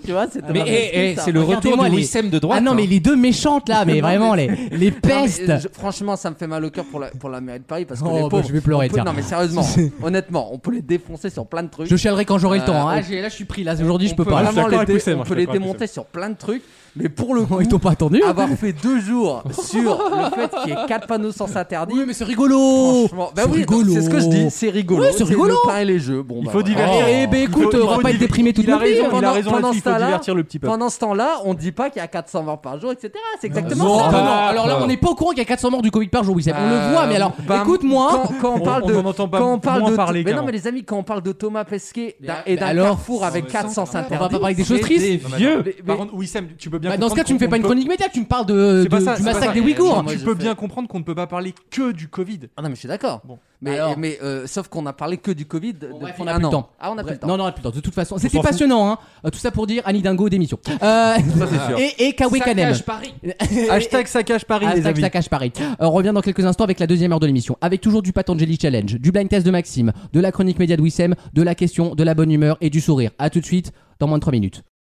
Speaker 5: Tu vois, c'est
Speaker 4: Mais
Speaker 5: Thomas
Speaker 4: eh,
Speaker 5: Pesquet,
Speaker 4: eh,
Speaker 5: ça.
Speaker 4: c'est le retour
Speaker 2: Regardez-moi
Speaker 4: du
Speaker 2: les-
Speaker 4: Wissem de droite.
Speaker 2: Ah non, mais
Speaker 4: hein.
Speaker 2: les deux méchantes là, mais vraiment, les, les
Speaker 5: Non, mais,
Speaker 2: pestes.
Speaker 5: euh, je- franchement, ça me fait mal au cœur pour la, pour la mairie de Paris parce que
Speaker 2: Oh,
Speaker 5: les
Speaker 2: bah,
Speaker 5: pauvres,
Speaker 2: je vais pleurer,
Speaker 5: on peut-
Speaker 2: tiens.
Speaker 5: Non, mais sérieusement, honnêtement, on peut les défoncer sur plein de trucs.
Speaker 2: Je chialerai quand j'aurai le temps.
Speaker 5: Euh,
Speaker 2: hein.
Speaker 5: on-
Speaker 2: Ah, j'ai- là, je suis pris. Là, aujourd'hui, je
Speaker 5: On
Speaker 2: peux
Speaker 5: peut
Speaker 2: pas.
Speaker 5: vraiment
Speaker 3: d'accord
Speaker 5: les,
Speaker 3: avec
Speaker 5: dé-
Speaker 3: Wissem,
Speaker 5: on
Speaker 3: je
Speaker 5: peut
Speaker 3: suis
Speaker 5: les
Speaker 3: d'accord avec
Speaker 5: démonter sur plein de trucs, mais pour le coup,
Speaker 2: Ils t'ont pas attendu hein.
Speaker 5: avoir fait deux jours sur le fait qu'il y ait quatre panneaux sans interdit.
Speaker 2: Oui, mais c'est rigolo.
Speaker 5: Franchement, bah
Speaker 2: Oh, C'est
Speaker 5: oui,
Speaker 2: rigolo.
Speaker 5: donc c'est ce que je dis, c'est rigolo.
Speaker 2: Ouais, c'est rigolo.
Speaker 5: Le pain et les jeux. Bon,
Speaker 6: Il
Speaker 5: bah,
Speaker 6: faut
Speaker 5: voilà.
Speaker 6: divertir.
Speaker 2: Eh ben,
Speaker 6: Il faut-
Speaker 2: écoute,
Speaker 6: il
Speaker 2: on
Speaker 6: faut
Speaker 2: va pas être
Speaker 6: div-
Speaker 2: déprimé toute
Speaker 6: il a
Speaker 2: notre vie,
Speaker 6: raison,
Speaker 2: hein.
Speaker 6: Il a
Speaker 5: Pendant-
Speaker 6: raison
Speaker 5: pendant
Speaker 6: là-dessus, il
Speaker 5: ce
Speaker 6: faut
Speaker 5: temps-là-
Speaker 6: divertir le petit peuple.
Speaker 5: Pendant ce temps-là, on dit pas qu'il y a 400 morts par jour, etc. C'est exactement
Speaker 4: Non,
Speaker 5: ça.
Speaker 2: Ah, non, non,
Speaker 4: Ah,
Speaker 2: alors là,
Speaker 4: bah.
Speaker 2: on n'est pas au courant qu'il y a 400 morts du Covid par jour, Wissem. On
Speaker 5: Euh,
Speaker 2: le voit, mais alors,
Speaker 5: bah,
Speaker 2: écoute-moi.
Speaker 5: Quand, quand on
Speaker 6: On-
Speaker 5: parle
Speaker 6: on
Speaker 5: de,
Speaker 6: en entend pas
Speaker 5: quand on parle
Speaker 6: moins
Speaker 5: de,
Speaker 6: parler
Speaker 5: mais non,
Speaker 6: qu'avant.
Speaker 5: mais les amis, quand on parle de Thomas Pesquet d'un-
Speaker 2: Mais
Speaker 5: et d'un
Speaker 2: alors,
Speaker 5: carrefour avec 400
Speaker 2: On va
Speaker 5: interdits,
Speaker 2: pas parler des choses
Speaker 5: mais
Speaker 2: tristes.
Speaker 5: des-
Speaker 4: Des vieux.
Speaker 5: mais-
Speaker 6: Par contre, Wissem, tu peux bien.
Speaker 2: Bah, dans ce cas,
Speaker 6: comprendre
Speaker 2: tu me fais
Speaker 6: qu'on
Speaker 2: pas une
Speaker 6: peut-
Speaker 2: chronique métal, tu me parles de,
Speaker 6: C'est pas
Speaker 2: de-
Speaker 6: ça,
Speaker 2: du
Speaker 6: c'est pas
Speaker 2: massacre
Speaker 6: ça.
Speaker 2: des
Speaker 5: Non,
Speaker 2: Ouïghours.
Speaker 5: moi,
Speaker 6: Tu
Speaker 5: je
Speaker 6: peux
Speaker 5: fais-
Speaker 6: bien comprendre qu'on ne peut pas parler que du Covid.
Speaker 5: Ah non, mais je suis d'accord.
Speaker 6: Bon.
Speaker 5: Mais,
Speaker 2: Alors-
Speaker 5: mais euh, sauf qu'on a parlé que du Covid
Speaker 2: Bref,
Speaker 5: depuis
Speaker 2: on a
Speaker 5: un
Speaker 2: plus
Speaker 5: an.
Speaker 2: le temps.
Speaker 5: Ah, on a plus le temps.
Speaker 2: Non, non, on a plus le temps. De toute façon, c'était passionnant. Hein. Euh, Tout ça pour dire Annie Dingo démission. Euh, et et Kawe Kanem.
Speaker 4: Saccage Paris.
Speaker 6: Hashtag saccage Paris, les
Speaker 2: Hashtag
Speaker 6: amis.
Speaker 2: ça cache Paris. Euh, on revient dans quelques instants avec la deuxième heure de l'émission. Avec toujours du Patanjali Challenge, du blind test de Maxime, de la chronique média de Wissem, de la question, de la bonne humeur et du sourire. A tout de suite dans moins de 3 minutes.